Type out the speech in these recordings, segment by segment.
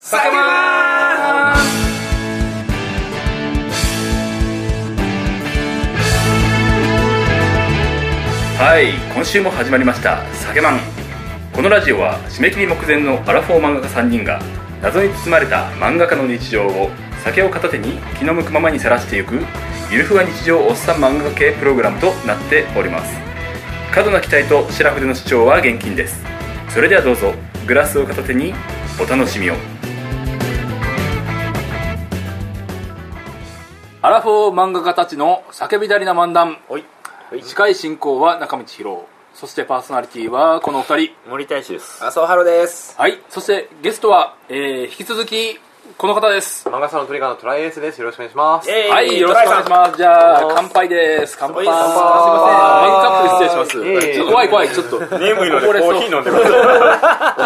叫ばーはい今週も始まりました「酒マン」このラジオは締め切り目前のアラフォー漫画家3人が謎に包まれた漫画家の日常を酒を片手に気の向くままにさらしていくゆるふわ日常おっさん漫画家系プログラムとなっております過度な期待と白筆の主張は厳禁ですそれではどうぞグラスを片手にお楽しみをアラフォー漫画家たちの叫びだりな漫談はい近い進行は中道博そしてパーソナリティはこのお二人森大使です麻生ハロです。はいそしてゲストは、えー引き続きこの方です漫画さんのトリガーのトライエースです。よろしくお願いします。えはいよろしくお願いしますじゃあお願いします乾杯です乾杯乾杯ワインカップ失礼しますちょっと怖い怖いちょっと眠いのでこぼれコそうーヒー飲んで ま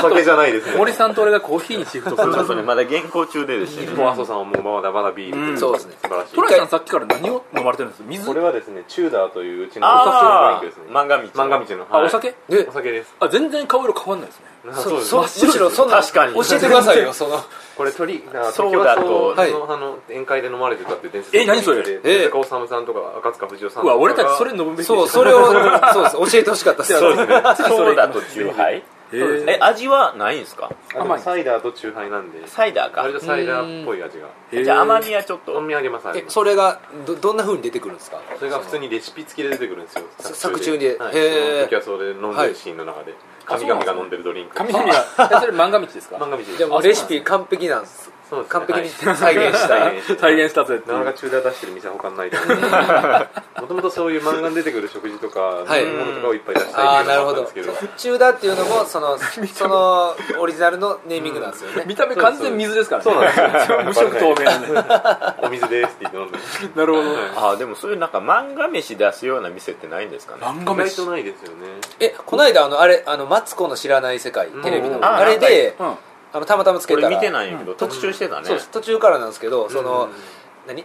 すお酒じゃないですね。森さんと俺がコーヒーにシフトするちょっとねまだ原稿中でですねコアソさんはもうまだまだビールで、そうですね。素晴らしいト。ライさんさっきから何を飲まれてるんです水これはですね、チューダーといううちのお酒のドリンあクですね。漫画道漫画道の。あはいお酒えお酒です。あ全然顔色変わんないですねあそうです。そむしろそんな、確かに教えてくださいよ、 その。これトリガー、そそうだだとと、はいそのあの宴会で飲まれてたっていう伝説え何それえ手塚治虫さんとか赤塚不二夫うさんとかわが。俺たちそれ飲むべきでしたそう、それを、そうです。教えてほしかったです。そうですねそソれーダとチューハイえーえ味はないんですかあで甘もいサイダーとチューハイなんで、サイダーか割とサイダーっぽい味が。えーじゃあ甘みはちょっと飲み上げます、あれえ、それが、ど、どんな風に出てくるんですかそれが普通にレシピ付きで出てくるんですよ。さ作中にはい、へーその時はそれ飲んでるシーンの中で、神々が飲んでるドリンク。神々がえそれ漫画道ですか漫画道ですでもレシピ完璧なんです。そうですね完璧にはい再現した 再現した体現したぜっていなかなうか中断出してる店は他にないと思うもともとそういう漫画に出てくる食事とかはい飲み物とかをいっぱい出したあいあ、っていなうのるがあほったんど。ですけど復中だっていうのも、その、その、オリジナルのネーミングなんですよね。見た目完全水ですからねそうなんですよ 無色透明なんでお水ですって言って飲んでるなるほどあでもそういうなんか漫画飯出すような店ってないんですかね漫意画外飯とないですよねえ、この間、あの、あれ、あの、マツコの知らない世界、テレビうの、んあれで、うんあの、たまたまつけこたら。れ見てないんやけど特集してたねそうです途中からなんですけどその、うん何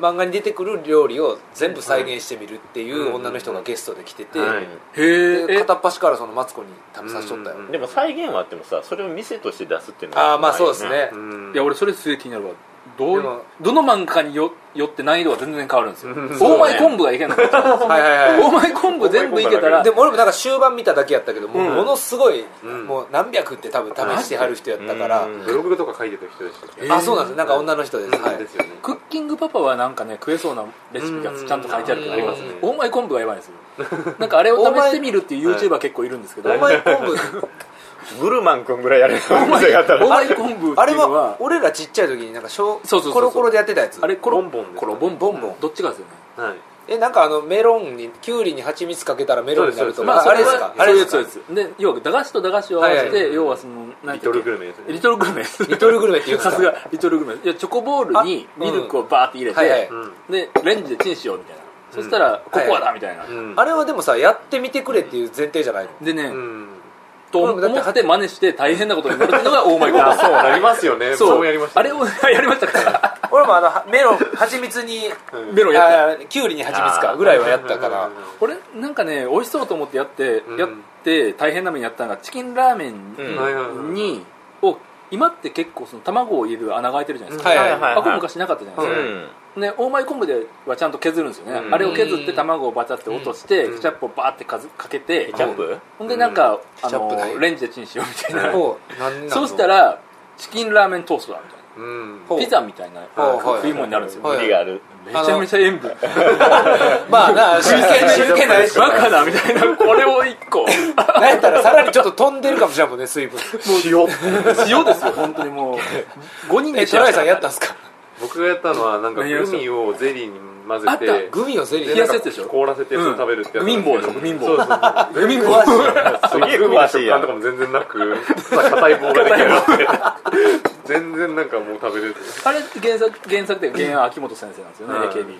漫画に出てくる料理を全部再現してみるっていう女の人がゲストで来てて、はいへでええ片っ端からそのマツコに食べさせちゃったよ、うんでも再現はあってもさそれを店として出すっていうのはああまあそうですね、うんいや俺それすげえ気になるわどでもうどの漫画家によよって難易度が全然変わるんですようん大前昆布がいけなかったはいはいは大前昆布全部いけたらいでも俺もなんか終盤見ただけやったけども,、ものすごい、んもう何百って多分試してはる人やったから、うんブログとか書いてた人でしたっけあそうなんですなんか女の人です、ははいいですよねクッキングパパはなんかね食えそうなレシピがちゃんと書いてあるけどうんありますねう大ん前昆布がやばいんですよなんかあれを試してみるっていう大前 YouTuber 結構いるんですけどお大前昆布グルマン君ぐらいやれる店があったら前昆布ってあいれうのはは俺らちっちゃい時になんか小そうそうそうそうコロコロでやってたやつあれコロボンボンですコロボンボンボンどっちがですよねはいえなんかあのメロンにキュウリに蜂蜜かけたらメロンになるとそうですそうですかまああれですそかはそうあれですかですそうですで要は駄菓子と駄菓子を合わせはいはいて要はその何てリいトうルっけグルメですねリトルグルメですリトルグルメっていうんですさかすがリトルグルメいやチョコボールにあミルクをバーって入れて、うんはいはいでレンジでチンしようみたいな、そしたらココアだみたいな、うんうんあれはでもさやってみてくれっていう前提じゃないのでね、うんとこれもだって思って真似して大変なことになるっていうのが大前コーそうなりますよねそうやりましたあれを やりましたから俺もあのはメロン蜂蜜にうんメロンやってあーキュウリに蜂蜜かぐらいはやったからこれなんかね美味しそうと思ってやって、うんやって大変な目にやったのがチキンラーメうんはいはいはいンに、を今って結構その卵を入れる穴が開いてるじゃないですか、はいあこれ昔なかったじゃないですか、うんね、オーマイ昆布ではちゃんと削るんですよね、うんあれを削って卵をバチャって落として、うんケチャップをバーってかずかけてケチャップほんでなんか、あケチャップだのよレンジでチンしようみたいな、ほうなんなん のそうしたらチキンラーメントーストだみたいうんほうなピザみたいなほうほう食い物になるんですよ、はい無理があるめちゃめちゃ塩分まあな真剣真剣なやつバカだみたいなこれを一 個なんやったらさらにちょっと飛んでるかもしれんもんね 水分塩塩ですよ本当にもう5人 えでトライさんやったんすか僕がやったのはなんか何やりましたグミをゼリーに混ぜあったて グミをゼリー冷やすやつでしょ凍らせてそれ食べるってやつなんですけどうんグミンボそウうでしょグミンボウそうそうグミンボ詳しいすげえグミの詳しい食や感んとかも全然なく硬い棒ができる全然なんかもう食べれるあれ原作原作で原案は秋元先生なんですよね、うん AKB の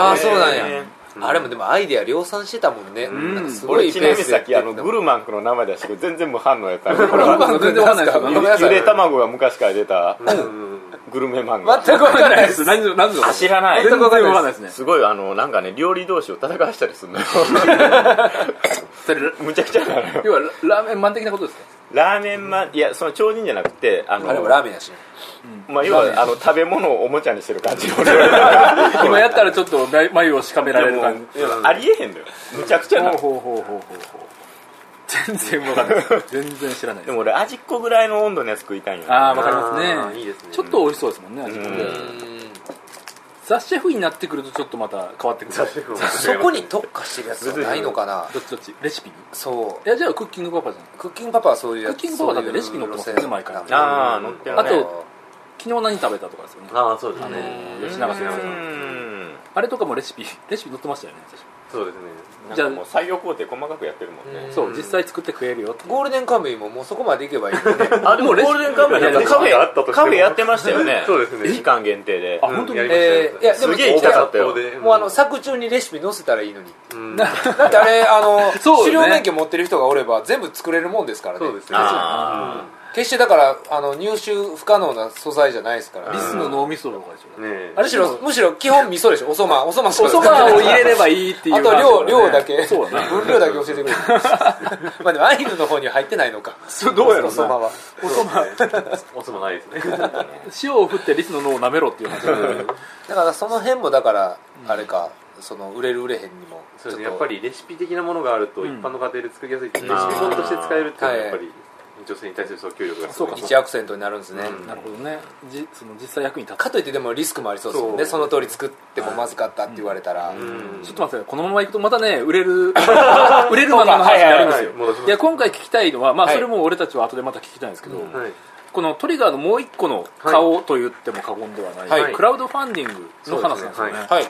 ああそうなんやねあれもでもアイデア量産してたもんねんなんかすご俺いちペなーみにスさでっきあのグルマンクの名前出して全然無反応や ったこれルマンク全然わかんないですよごめんなゆさいで卵が昔から出たグルメ漫画全く分かんないです何ぞ何ぞ知らない全然わかんないですねすごいあのなんかね料理同士を戦わ したりするのよそれむちゃくちゃなのよ要はララーメンマン的なことですか ラーメンマンいやその超人じゃなくてあの あれもラーメンやしねまあ、要はあの食べ物をおもちゃにしてる感 じの今やったらちょっと眉眉をしかめられる感じいやもうありえへんのよむちゃくちゃなのほうほうほうほうほうほう全然わかんない 全然知らないでも俺味っ子ぐらいの温度のやつ食いたいんよ、ね、ああわかりまあすーねいいですねちょっと美味しそうですもんね味もうんザ・シェフになってくるとちょっとまた変わってくるザシェフもそこに特化してるやつはないのかなどっちどっちレシピにそういやじゃあクッキングパパじゃんクッキングパパはそういうやつクッキングパパだってレシピ載ってますよね毎回ああ乗ってるねあと昨日何食べたとかですよねああそうであすのねー吉永先う生んあれとかもレシピレシピ載ってましたよね最初そうですねなんじゃあかもう採用工程細かくやってるもんねそう実際作って食えるよってゴールデンカムイももうそこまでいけばいいよねあでもゴールデンカムイだったらカフェあったとしてもカフェやってましたよねそうですね期間限定であ本当にやりましたやりえまーしいやでもすげえ行きたかったよ学校でも うあの作中にレシピ載せたらいいのにたうんだってあれあの、 そう狩よね猟免許持ってる人がおれば全部作れるもんですからねそうですねあ決してだからあの入手不可能な素材じゃないですかうらんリスの脳みそとかでしょねえむしろむしろ基本味噌でしょお そばおそばしかおそばを入れればいいっていうあと量量だけそう だね分量だけ教え てくれるまあでもアイヌの方には入ってないのかそうどうやろおそばうはおそばお そばないですねな塩を振ってリスの脳を舐めろっていう話だからその辺もだからあれか、その売れる売れへんにもそうですねやっぱりレシピ的なものがあるとうん一般の家庭で作りやすいってレシピ本として使えるっていうのはやっぱり女性に対する訴求力がすごいそうか一アクセントになるんですね、うんなるほどねじその実際役に立つかといってでもリスクもありそうですもんそねうその通り作ってもまずかったって言われたら、うんちょっと待ってくださいこのままいくとまたね売れる売れるまでの話になるんですよ戻しますいや今回聞きたいのは、まあ、はいそれも俺たちは後でまた聞きたいんですけど、はいこのトリガーのもう一個の顔と言っても過言ではない、はいクラウドファンディングの話なんですよそうねですねははい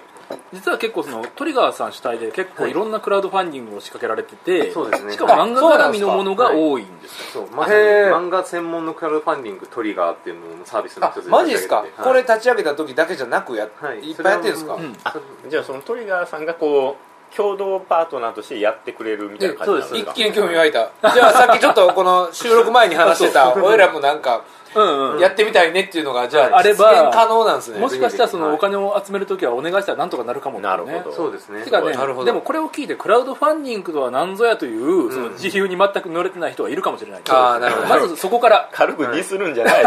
実は結構そのトリガーさん主体で結構はいいろんなクラウドファンディングを仕掛けられてて、そうですねしかも漫画絡みのものが多いんですよそうまさにへー漫画専門のクラウドファンディングトリガーっていうのもサービスのあ一つマジですか、立ち上げててこれ立ち上げた時だけじゃなくや、、はいっぱいやってるんですか、それはもうあじゃあそのトリガーさんがこう共同パートナーとしてやってくれるみたいな感じなんです一か見興味湧いたじゃあさっきちょっとこの収録前に話してた俺らもなんかうんうんやってみたいねっていうのがじゃああれば実現可能なんですねもしかしたらそはのいお金を集めるときはお願いしたらなんとかなるかもっていうねなるほどそうですねてかねなるほどでもこれを聞いてクラウドファンディングとは何ぞやというその自由に全く乗れてない人がいるかもしれない、あーなるほどまずそこから軽くディスるんじゃない、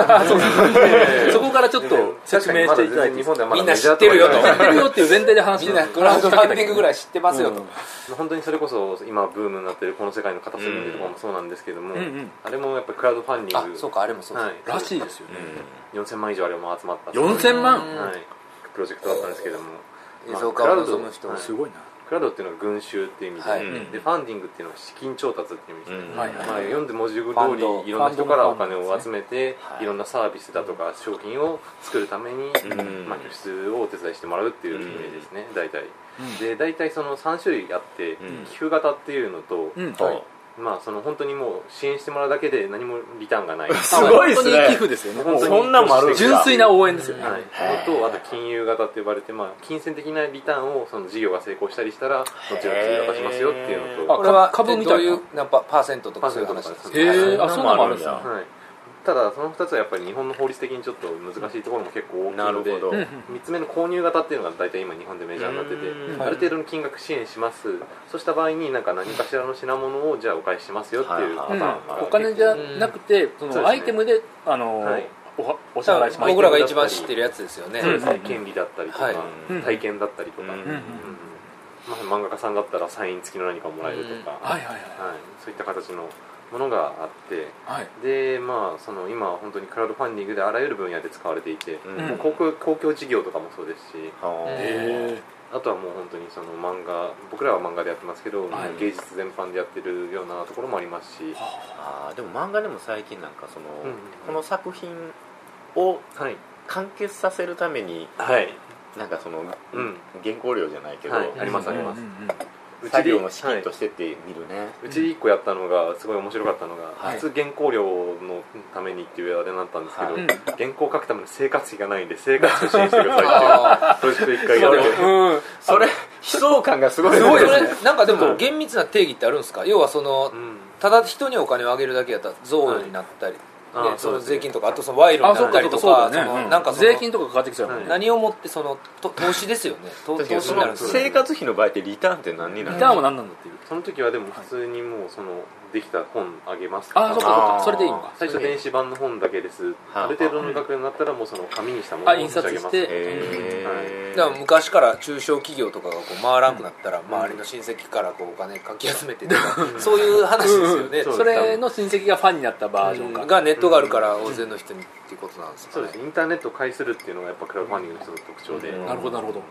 そこからちょっと説明していただいて確かにまだ全然日本ではまだみんな知ってるよとメジャーやってるよっていう前提で話しみて んなクラウドファンディングぐらい知ってますよと、うんまあ本当にそれこそ今ブームになってるこの世界の片隅でとかもそうなんですけども、んうんあれもやっぱりクラウドファンデあィングそうかあれもそうです、はい、らしいですよね、 4000万以上あれも集まった4000万はい、プロジェクトだったんですけども、映まあ像化を望む人クラウドはいすごいなクラウドっていうのは群衆っていう意味で,、はいうんでファンディングっていうのは資金調達っていう意味ですね、うんはいはいまあ、読んで文字通ファンドりいろんな人からファおンド金のを集めて、はいいろんなサービスだとか商品を作るために、うんまあ、拠出をお手伝いしてもらうっていうイメージですね、大体んで大体その3種類あって、うん寄付型っていうのと、うんそうまあその本当にもう支援してもらうだけで何もリターンがないすごいっすね本当に寄付ですよね本当にそんなんもあるん純粋な応援ですよね、はい、それとあと金融型って呼ばれて、まあ、金銭的なリターンをその事業が成功したりしたら後々渡しますよっていうのあと、これは株株みみたいたないなどういうなんかパーセントとかそういう話ですパーセントとかかでへえーあそんなのもあるんそんなのもあだるんだはい、ただその2つはやっぱり日本の法律的にちょっと難しいところも結構大きいなるのでほどうん3つ目の購入型っていうのが大体今日本でメジャーになってうんてある程度の金額支援しますそうした場合になんか何かしらの品物をじゃあお返ししますよっていうパタうんーンがお金じゃなくてそそうですのねアイテムであのはいおはお支払いします僕らが一番知ってるやつですよね、そうですねうん権利だったりとはいかうん体験だったりとか、うんうんまあ、漫画家さんだったらサイン付きの何かをもらえるとか、はいはいはいはい、そういった形のものがあってはいでまあその今は本当にクラウドファンディングであらゆる分野で使われていて、うんもう公共公共事業とかもそうですしへえあとはもう本当にその漫画僕らは漫画でやってますけど、はい芸術全般でやってるようなところもありますし、あーでも漫画でも最近なんかその、うんこの作品をはい完結させるためにはいなんかその、うん原稿料じゃないけど、はいありますありますうち作で業の資金はいとしてって見るね、うちで1個やったのがすごい面白かったのが、はい普通原稿料のためにっていうあれになったんですけど、はいうん原稿書くための生活費がないんで生活費支援してくださあいっていうプロジェクト1回やってうんそれ悲壮感がすごいーすそれなんかでも厳密な定義ってあるんですか要はそのうんただ人にお金をあげるだけやったら贈与になったり、あねーそそうのですね税金とかあとその賄賂あにそなうったかりそうとかそかうだねそのうんなんかその税金とかかかってきちゃうもんはいね何をもってそのと投資ですよねと確か投に資そになるのんですよ生活費の場合ってリターンって何になリるターンのは何なんだっていうその時はでも普通にもうそのできた本あげますああそっかそっあかーそれでいいんか最初電子版の本だけですはあある程度の額になったらもうその紙にしたものあを印差し刷上げましすてへだから昔から中小企業とかがこう回らんくなったら周りの親戚からこうお金かき集めてとか そういう話ですよねうんうんそれの親戚がファンになったバージョンが、がネットがあるから大勢の人にっていうことなんですかそうねですインターネットを介するっていうのがやっぱクラウドファンディングの人の特徴で、うんなるほどなるほど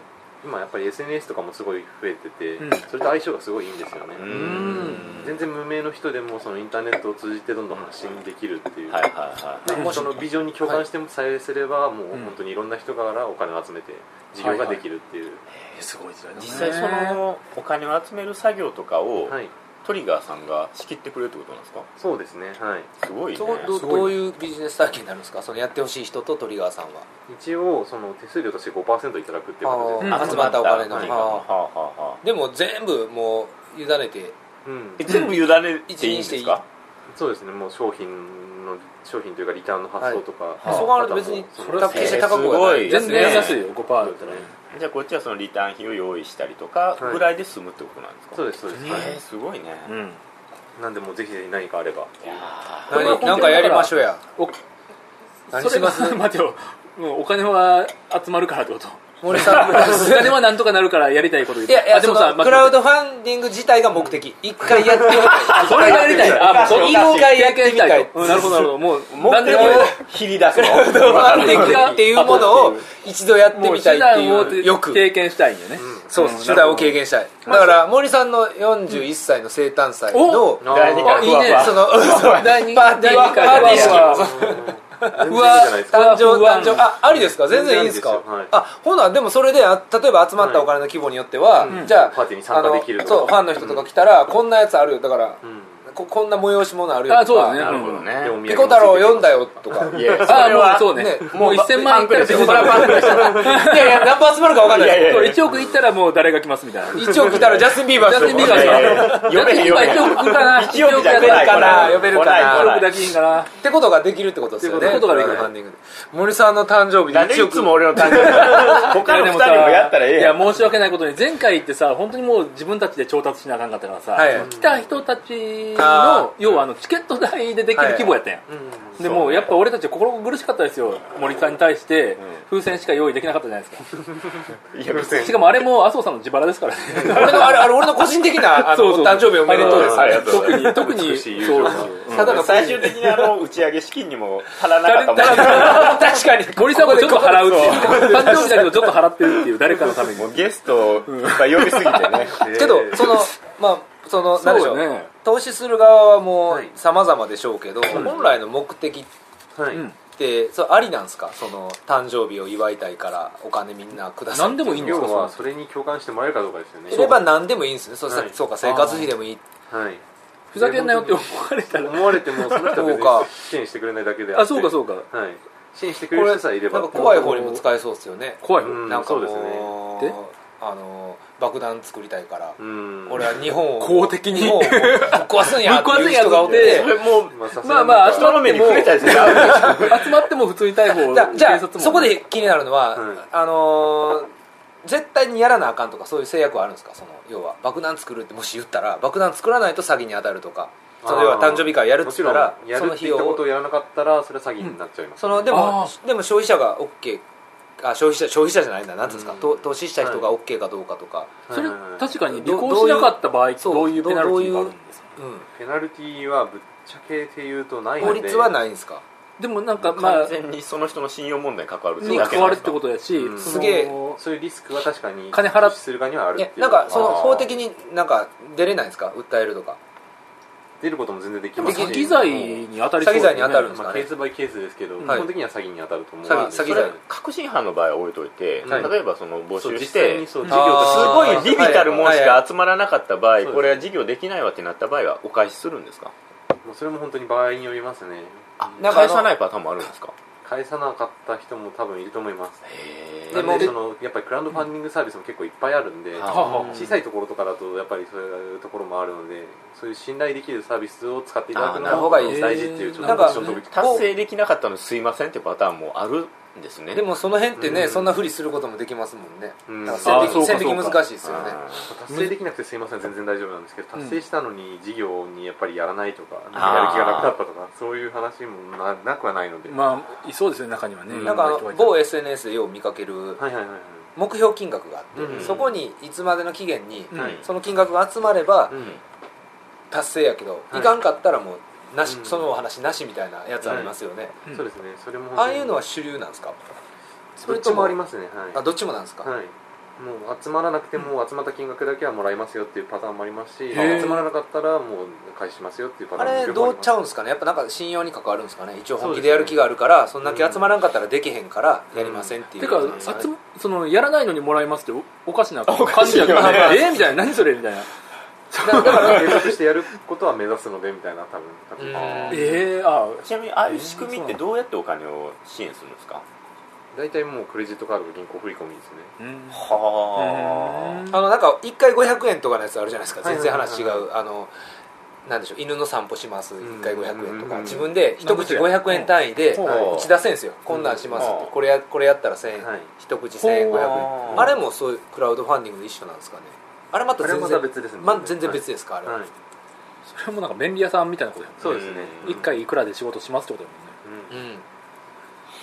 今やっぱり SNS とかもすごい増えてて、うんそれと相性がすごいいいんですよね、うんうん全然無名の人でもそのインターネットを通じてどんどん発信できるっていう、はいはいはいでそのビジョンに共感してもさえすればもう本当にいろんな人からお金を集めて事業ができるっていう、すごい時代だね実際そのお金を集める作業とかをはいトリガーさんが仕切ってくれるってことなんですかそうですねはいすごいねそうどすごいどういうビジネス体験になるんですかそのやってほしい人とトリガーさんは一応その手数料として5%いただくっていうあう形でんー集まったお金の集まったお金はあははああはあはあでも全部もう委ねてうんえ全部委ねていいんですかそうですねもう商品の商品というかリターンの発送とか、あそこはあると別にそ比較して高くはないえーすごい全然安いよ5%だうっでたすらねねじゃあこっちはそのリターン費を用意したりとかはいぐらいで済むってことなんですかそうですそうです、はいえーすごいねうんなんでもうぜひぜひ何かあればいやこれは本何当になんかやりましょうやお何しまそれすが 待てよもうお金は集まるからってこと森さ んお金はなんとかなるからやりたいこと言っいてやいやあででももささ待クってラウドファンディング自体が目的一回やってみたいあそれがやりたいあもうそれ一回やってみたいうんなるほどなるほどもうー目何で的もを切り出すのクラウドファンディングっていうものを一度やってもうみたい手って段をいう欲経験したいんよね、そうです手段を経験したいだから森さんの41歳の生誕祭のお第二あ回いいふわふねわその そう第二パーティー第二回パーティー式ふわふわ全然いいふわじゃないですか誕生不安誕生あありですか全然いいんですか全然ありですよはいあほなでもそれであ例えば集まったお金の規模によっては、うんじゃあパーティーに参加できるあとのかそうファンの人とか来たら、こんなやつあるよだから、うんここんな催し物あるよあとそうかだねなるほどでお土産ねもピコ太郎読んだよとかいや それああもはうそうねねもう1000万いったらそれはパンクですいやいや何本集まるか分かんないいやいでや1億いったらもう誰が来ますみたいなす一応来たらジャスティン・ビーバージャスティンビーバーいやいやいやジャ読ステめィンへんビーバー1億来る読めへんかな 一億じゃ来なないいかかなな呼べるかな来1な億だけいいんかなってことができるってことですよねってことができるクラウドファンディングで森さんの誕生なんで日一い億つも俺の誕生日他の二人もやったらええいややん申し訳ないことに前回行ってさ本当にもう自分たちで調達しなあかんかったからさ、はい来た人たちあの要はあのチケット代でできる規模やったやん、うんでもうやっぱ俺たち心苦しかったですよ森さんに対して風船しか用意できなかったじゃないですいや別かしかもあれも麻生さんの自腹ですからね俺のあれあれ俺の個人的なあのお誕生日おめでとうですありがとうございます特に特に美しい友情がそうですよただの最終的にあの打ち上げ資金にも足らなかったもんね確かに森さんもちょっと払うっていう誕生日だけどちょっと払ってるっていう誰かのためにもうゲストいっぱい呼びすぎてねけどそのまあその何でしょそううね投資する側はもうはい様々でしょうけど本来の目的っはい、うんてそうありなんですかその誕生日を祝いたいからお金みんなください何でもいいんです要かはそれに共感してもらえるかどうかですよねいれば何でもいいんですねそうはいそうか生活費でもいいはいふざけんなよって思われたら思われてもその人は別そうかに支援してくれないだけであってあそうかそうかはい支援してこくれれるなん人さえいればか怖い方にも使えそうですよね怖いよ、うんなんかそうですねもでうあの爆弾作りたいからうん俺は日本を公的に日本をぶっ壊すんやっていう人がおっぶっ壊すんやてつってもうまあさすまがあにまあ人の目に触れたりするのあるでしょ集まっても普通に逮捕だじゃ警察あもそこで気になるのはは、いあのー絶対にやらなあかんとかそういう制約はあるんですかその要は爆弾作るってもし言ったら爆弾作らないと詐欺に当たるとかそのあー要は誕生日会やるっもつちっろたんらやそるのって費言ったことを用やらなかったらそれは詐欺になっちゃいますそのであもーでも消費者が OK あ消費者消費者じゃないんだなんていうんですか、うんと投資した人が OK かどうかとか、それはいはいはい確かに履行しなかった場合どどうういいううそうペナルティーがあるんですかうペナルティーはぶっちゃけて言うとないん、の法で律はいないんですかでもなんかまあ完全にその人の信用問題に関わるに関わるってこととやし、うんそのすげえそういうリスクは確かに金払っ投資する側にはあるっいやていうなんかそのあー法的になんか出れないんですか訴えるとか出ることも全然できでもますし詐欺罪に当たりそう詐欺罪に当たるんですまかあ、ケねースバイケースですけど、基はい本的には詐欺に当たると思う詐欺ので詐欺そ罪れ確信犯の場合は置いといて、はい例えばその募そう集実して際にすそう事あ業ーとしごてい微々たるもんしか集まらなかった場合、いはいこれは事業できないわってなった場合はお返しするんですかもうそれも本当に場合によりますねあなんかあ返のさないパターンもあるんですか返さなかった人も多分いると思いますへででももそのやっぱりクラウドファンディングサービスも結構いっぱいあるんで、はあはあ小さいところとかだとやっぱりそういうところもあるのでそういう信頼できるサービスを使っていただあくのーなるがほど大事っていうちょっとポジションな取んりか達成できなかったのすいませんってパターンもあるですねでもその辺ってね、うんそんなふりすることもできますもんね、うんだから線あーそうか引き線そ引うきか難しいですよね達成できなくてすいません全然大丈夫なんですけど達成したのに事業にやっぱりやらないとか、やる気がなくなったとかそういう話もななくはないので、まあいそうですよね中にはね、うんいろなんなか人あがのいて某 SNS でよう見かけるはいはいはいはい目標金額があって、うんそこにいつまでの期限に、うんはいその金額が集まればうん達成やけど、はいい、かんかったらもうなし、うんそのお話なしみたいなやつありますよね、うんそうですねそれもああいうのは主流なんですかそれともありますねはいあどっちもなんですか、はい、もう集まらなくても集まった金額だけはもらいますよっていうパターンもありますしへー集まらなかったらもう返しますよっていうパタあーンもれ両ど方うちゃあうんですかねやっぱなんか信用に関わるんですかね一応本気でやる気があるからそ,、んだけ集まらんかったらできへんからやりませんっていう、てかなんですあねつそのやらないのにもらいますっておおかしな 感じやおかしいよねえーみたいな何それみたいなりますだ から継続してやることは目指すのでみたいな多分感じうんえー、あちなみにああいう仕組みってどうやってお金を支援するんですか大体もうクレジットカードか銀行振り込みですねうんはあのなんか1回500円とかのやつあるじゃないですかはい全然話違う、はいあのなんでしょう犬の散歩しますん1回500円とか、うん自分で一口500円単位で打ち出せんすよ、こんなんしますって、うんこれやこれやったら1000円、はい一口1500円ほうあれもそういうクラウドファンディングで一緒なんですかねあれまたあれは全ま然た別ですねま全然別ですか、あれは、はい、それもなんか便利屋さんみたいなことやもんねそうですねうん一回いくらで仕事しますってことだもんねうんうん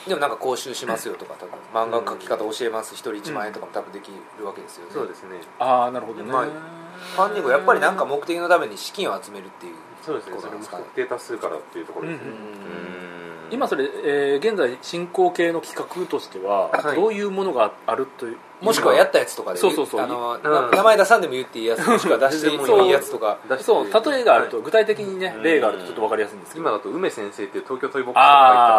でもなんか講習しますよとか多分漫画の書き方教えます一人1万円とかも多分できるわけですよね、そうですねああなるほどね、まあファンディングはやっぱりなんか目的のために資金を集めるっていうそうですねこそとれなもんです不かね特定多数からっていうところですね、ううんん今それ、えー現在進行形の企画としては、はいどういうものがあるというもしくはやったやつとかでそうそうそうあの、うん名前出さんでも言っていいやつもしくは出してもいいやつとか出してそう例えがあると、はい具体的にね、うん例があるとちょっと分かりやすいんですけど今だと梅先生っていう東京トイボックスとか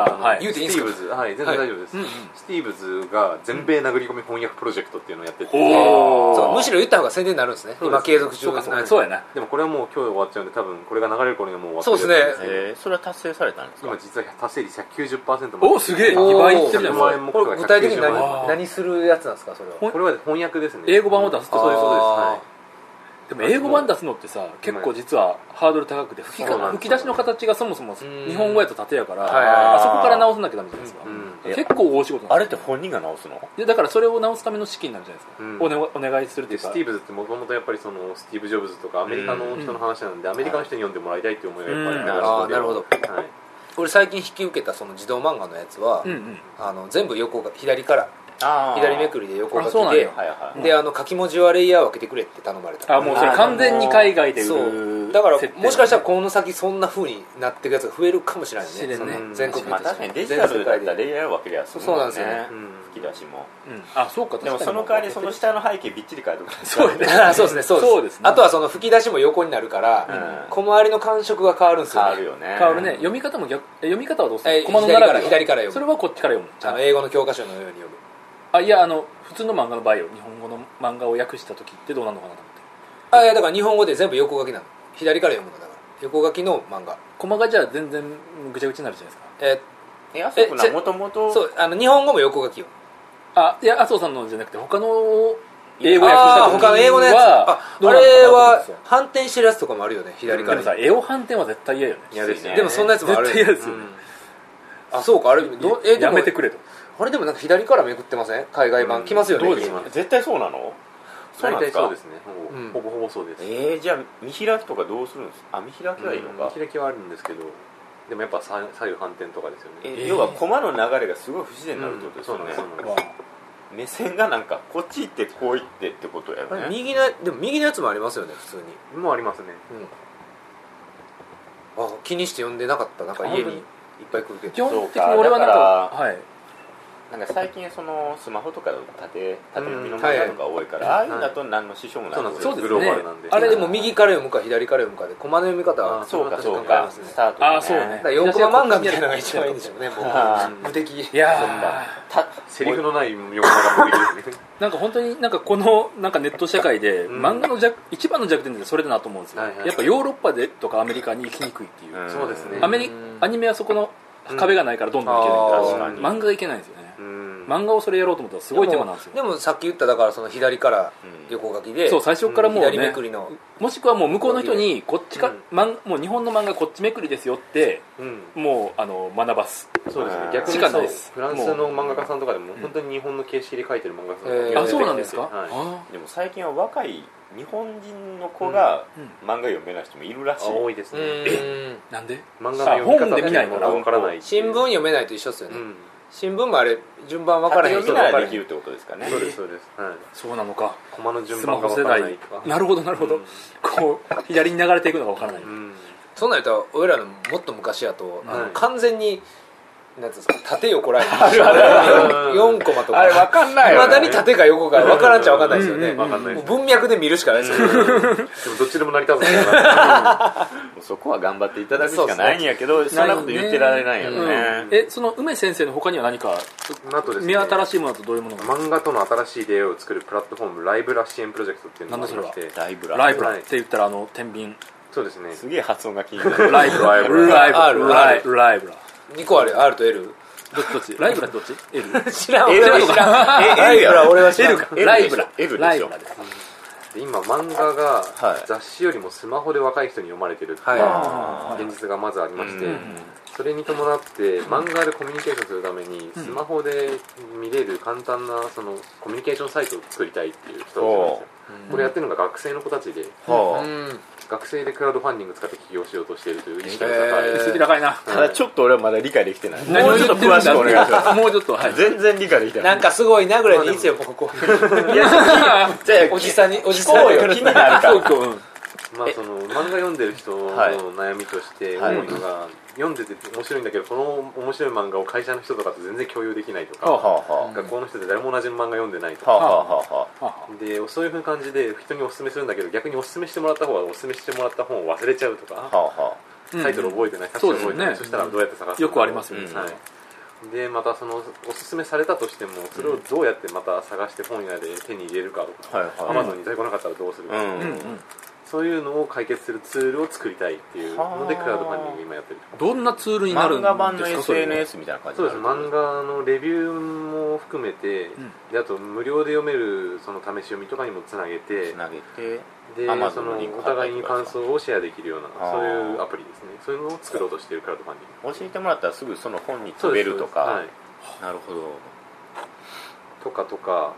行った方のあーはい言うていいんスティすかーブズはい全然大丈夫です、はいうんうんスティーブズが全米殴り込み翻訳プロジェクトっていうのをやってて、おーそうむしろ言った方が宣伝になるんですねそうです今継続中そうかそうか、はいそうやなでもこれはもう今日で終わっちゃうんで多分これが流れる頃にはもう終わってそうでするねやつなんえーそれは達成されたんです今か実は達成率190%おすげえおー2倍いってるじゃ100ん万円目こ標がれ具体的に190万何何するやつなんですかそれはほん円これは翻訳ですね英語版を出すってそういうことですあはでも英語版出すのってさ結構実はハードル高くて吹きそうかなんです吹き出しの形がそもそもん日本語やと縦やから、はいはいはいあそこから直さなきゃダメじゃないですか、い、うんうん結構大仕事なんあでれって本人が直すのすよでだからそれを直すための資金になるじゃないですか、うんおねお願いするっていでうかスティーブズってもともとやっぱりそのスティーブ・ジョブズとかアメリカの人の話なんで、アメリカの人に読んでもらいたいっていう思いがやっぱりうんねあーるなるほどのではい俺最近引き受けたその児童漫画のやつは、うんうんあの全部横が左からあー左めくりで横あそう書なきんでやはいはいであの書き文字はレイヤーを分けてくれって頼まれたあもうそれ完全に海外で売るそうだからもしかしたららこの先そんなふうになっていくやつが増えるかもしれない知れんねねその全国まあ確かにデジタルだったらレイヤー分けりゃすそうなんですよねうん吹き出しもあそうか確かでにもその代わりその下の背景びっちり変えとくそうやねあ そうですねそうですそうですねあとはその吹き出しも横になるから、うん小回りの感触が変わるんです変よねわるよね変わるね読み方も逆え読み方はどうするえのコマの並びは左から左から読むそれはこっちから読むちゃあんのと英語の教科書のように読むあいやあの普通の漫画の場合よ日本語の漫画を訳した時ってどうなるのかなと思ってあいやだから日本語で全部横書きなの左から読むのだから横書きの漫画コマがじゃあ全然ぐちゃぐちゃになるじゃないですええあそこえなもともとーそうあの日本語も横書きよかあいや麻生さんのじゃなくて他の英語訳したああー時他の英語のやつあはどあうなるれのかなはと思ってさ反転してるやつとかもあるよね左かでらもさ絵を反転は絶対嫌よね嫌ですねでもそんなやつもある絶対嫌ですよねあそうかあれどえでやもめてくれとあれでもなんか左からめくってません海外版、うん来ますよねどうですか絶対そうなのそうな大んで体すかそうですねほぼ,、うんほぼほぼそうですえー、じゃあ見開きとかどうするんですかあ見開きはいいのか、うん開きはあるんですけどでもやっぱ左左右反転とかですよねええー要は駒の流れがすごい不自然になるってことですよねうん、そうなんですわ目線がなんかこっち行ってこう行ってってことやあれよね右のでも右のやつもありますよね普通にもうありますねうんあ気にして呼んでなかったなんか家にいっぱい来るけ基ど本的に俺はなんそかうかはいなんか最近そのスマホとか縦縦読みのうん漫画とか多いから、ああいうのだと何の支障もないそうなんですそうよですねグローバルなんであれでも右から読むか左から読むかで駒の読み方はあそうかそう時間かかりかますねスタートあーそうだねから洋コマ漫画みたいなのが一番いいんでしょうねもあう無敵いやたセリフのない読み方が無理ですねーなんか本当になんかこのなんかネット社会でん漫画の弱一番の弱点ってそれだなと思うんですよ、はいはいやっぱヨーロッパでとかアメリカに行きにくいっていう、んそうですねアメリうんアニメはそこの壁がないからどんどん行けるんだけどうんあー漫画がいけないんですよねうん漫画をそれやろうと思ったらすごい手間なんですよでもさっき言っただからその左からうん横書きで、そう最初からもう左めねくりのもしくはもう向こうの人にこっちか、漫もう日本の漫画こっちめくりですよってうんもうあの学ばすそうですねあー逆にしかそないうですフランスの漫画家さんとかでも本当に日本の形式で描いてる漫画家さんとかえ結ー構あそうなんですか、はいあでも最近は若い日本人の子がうんうん漫画読めない人もいるらしい、あ多いですうねーんーなんで漫画の読み方あ本で見ないかからら分からないってい新う聞読めないと一緒ですよね、うん新聞もあれ順番分からへん縦人読みなが分かららでへきんるってことですかねそうですそうですはいそうなのかコマの順ス番マがホ世分から代ないとかなるほどなるほど、こう左に流れていくのがわからない、うんそんなん言ったら俺らのもっと昔やと、あはのい完全になんていうんですか縦横ラインうん4コマとかあれ分かんないいよまだに縦か横か分からんちゃ分かんないですよね、うんうん分かんないもでうす文脈で見るしかないですよね、でもどっちでも成り立つんだもうそこは頑張っていただくしかないんやけどそんなこと言ってられないよねううんんえその梅先生の他には何かなとです見ね新しいものだとどういうものが漫画との新しい出会いを作るプラットフォームライブラシエンプロジェクトっていうのがありましてライブラライブラはいって言ったらあの天秤そうですねすげえ発音が気になるライブラライブライブラ R ライブライブラ2個あるよ R と L どっちどっちライブラってどっち L 知らんえ俺は知らんえ L やろ俺は知らん L かライブラ L でしょライブラですで今漫画がはい雑誌よりもスマホで若い人に読まれてるっていうは現実がまずありまして、うんそれに伴って漫画でコミュニケーションするためにスマホで見れる簡単なそのコミュニケーションサイトを作りたいっていう人たちなんですよこれやってるのが学生の子たちでうはあん学生でクラウドファンディング使って起業しようとしているという意識が高い、えいー高いなただちょっと俺はまだ理解できてない何もをうち言ょってとるんだ詳しくお願いしまもうちょっとはいす全然理解できてなないんかすごいなぐらいでいいですよ、ここ。じゃおじさんに、おじさんこうによ気になるかそうらかうんまあその漫画読んでる人のはい悩みとしてはい思うのが、読んでて面白いんだけどこの面白い漫画を会社の人とかと全然共有できないとはあはかあは学校の人で誰も同じ漫画読んでないとあかはあはあはでそういうふうな感じで人におすすめするんだけど逆におすすめしてもらった方はおすすめしてもらった本を忘れちゃうとあかはあはタイトル覚えてない歌詞覚えてなそうい、ですよねそしたらどうやって探すのよくありますよねはいでまたそのおすすめされたとしてもそれをどうやってまた探して本屋で手に入れるかとあか、はいアはマゾンに在庫なかったらどうするか、いうんうんうんそういうのを解決するツールを作りたいっていうのではあクラウドファンディング今やってるどんなツールになる漫んですか画版のそれは SNS みたいな感じそうです漫画のレビューも含めて、んであと無料で読めるその試し読みとかにもつなげてつなげてで Amazon そののリンクお互いに感想をシェアできるようなあーそういうアプリですねそういうのを作ろうとしてるクラウドファンディング教えてもらったらすぐその本にそう飛でべするとはかいなるほどとかとかは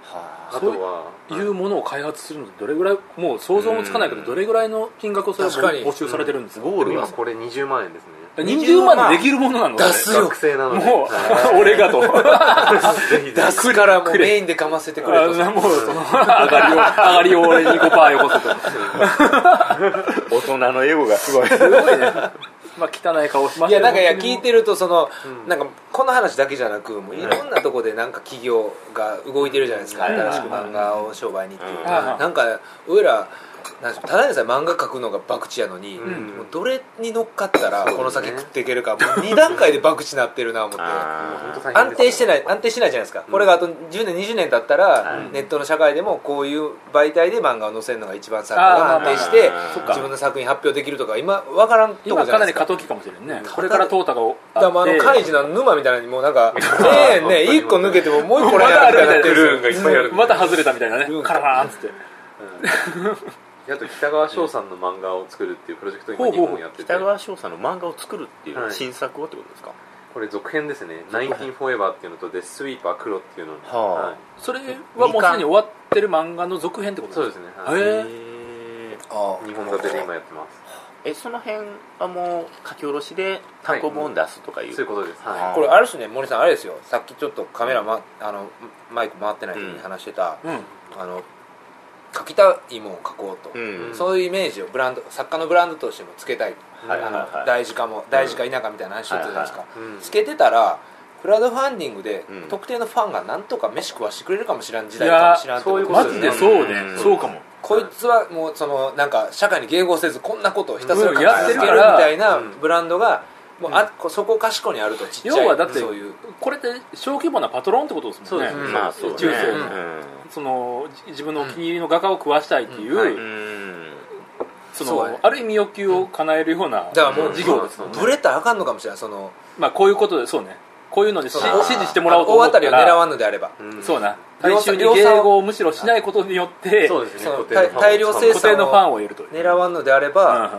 あとはいうものを開発するのってどれぐらいもう想像もつかないけどどれぐらいの金額をそれは確かに募集されてるんですかゴール今がこれ20万円ですね20万でできるものなの出すよ学生なのでもうは俺がとい ぜひぜ出すからもうメインでかませてくれあと。のもうその上がりを上がり を俺に5%よこせと大人のエゴがすごいすごいねまあ汚い顔しまいすやなんかいや聞いてるとその、うんなんかこの話だけじゃなくもういろんなとこでなんか企業が動いてるじゃないですか、うん新しく漫画を商売にっていう、うんなんか俺らなんでしょうただでさえ漫画描くのが博打やのに、んもうどれに乗っかったらそうねこの先食っていけるか、もう2段階で博打なってるな思って。 あひ安定してないない安定しないじゃないですか、これがあと10年20年経ったら、はいネットの社会でもこういう媒体で漫画を載せるのが一番作あーまあが安まあ定してそっか自分の作品発表できるとか今分からんとこじゃな今いですかかなり過渡期かもしれんねこれから淘汰がだからもうあのカイジの沼みたいなのにもうなんか1000円ね1個抜けてももう1個ないなみたいになってるルーンがいっぱいあるまた外れたみたいなねうんカラバーンっつってあと北川翔さんの漫画を作るっていうプロジェクトをほう今ほう日本やってて北川翔さんの漫画を作るっていはうい新作をってことですかこれ続編ですね「ナインティンフォーエバー」っていうのと「デススイーパー黒」っていうのはあはいそれはもうすでに終わってる漫画の続編ってことそうですすねへはいえへー日本立てで今やってますえその辺はもう書き下ろしで単行本出すとかいう、そういうことですははこれある種ね森さんあれですよさっきちょっとカメラ、ま、あのマイク回ってない時に話してた、うんあの書きたいもんを書こうと、うんそういうイメージをブランド作家のブランドとしてもつけたい、はいはいあはのい大事かも大事か否かみたいな話をしてたじゃないですか、いうんつけてたらクラウドファンディングでうん特定のファンがなんとか飯食わしてくれるかもしれん時代かもしれんってこといやーそういうことマですジねでそうねうんそうかもこいつはもうそのなんか社会に迎合せずこんなことをひたすらうん書き続けるみたいなやってるからブランドがもうあそこかしこにあるとちっちゃい要はだってそういうこれって小規模なパトロンってことですもんねそうですまあそうね中世のそのじ自分のお気に入りの画家を食わしたいっていうんはいううんそそうのある意味欲求を叶えるようなだからもう事業ですそうなんですよブレたらあかんのかもしれないそのまあこういうことでそうねこういうのにしそう指示してもらおうと大思っ当たたりを狙らわんのであれば、うんそうな量大産衆に迎合をむしろしないことによってそうですそねの固定のファン大大量生固定のファンを得るという狙わんのであれうば、ん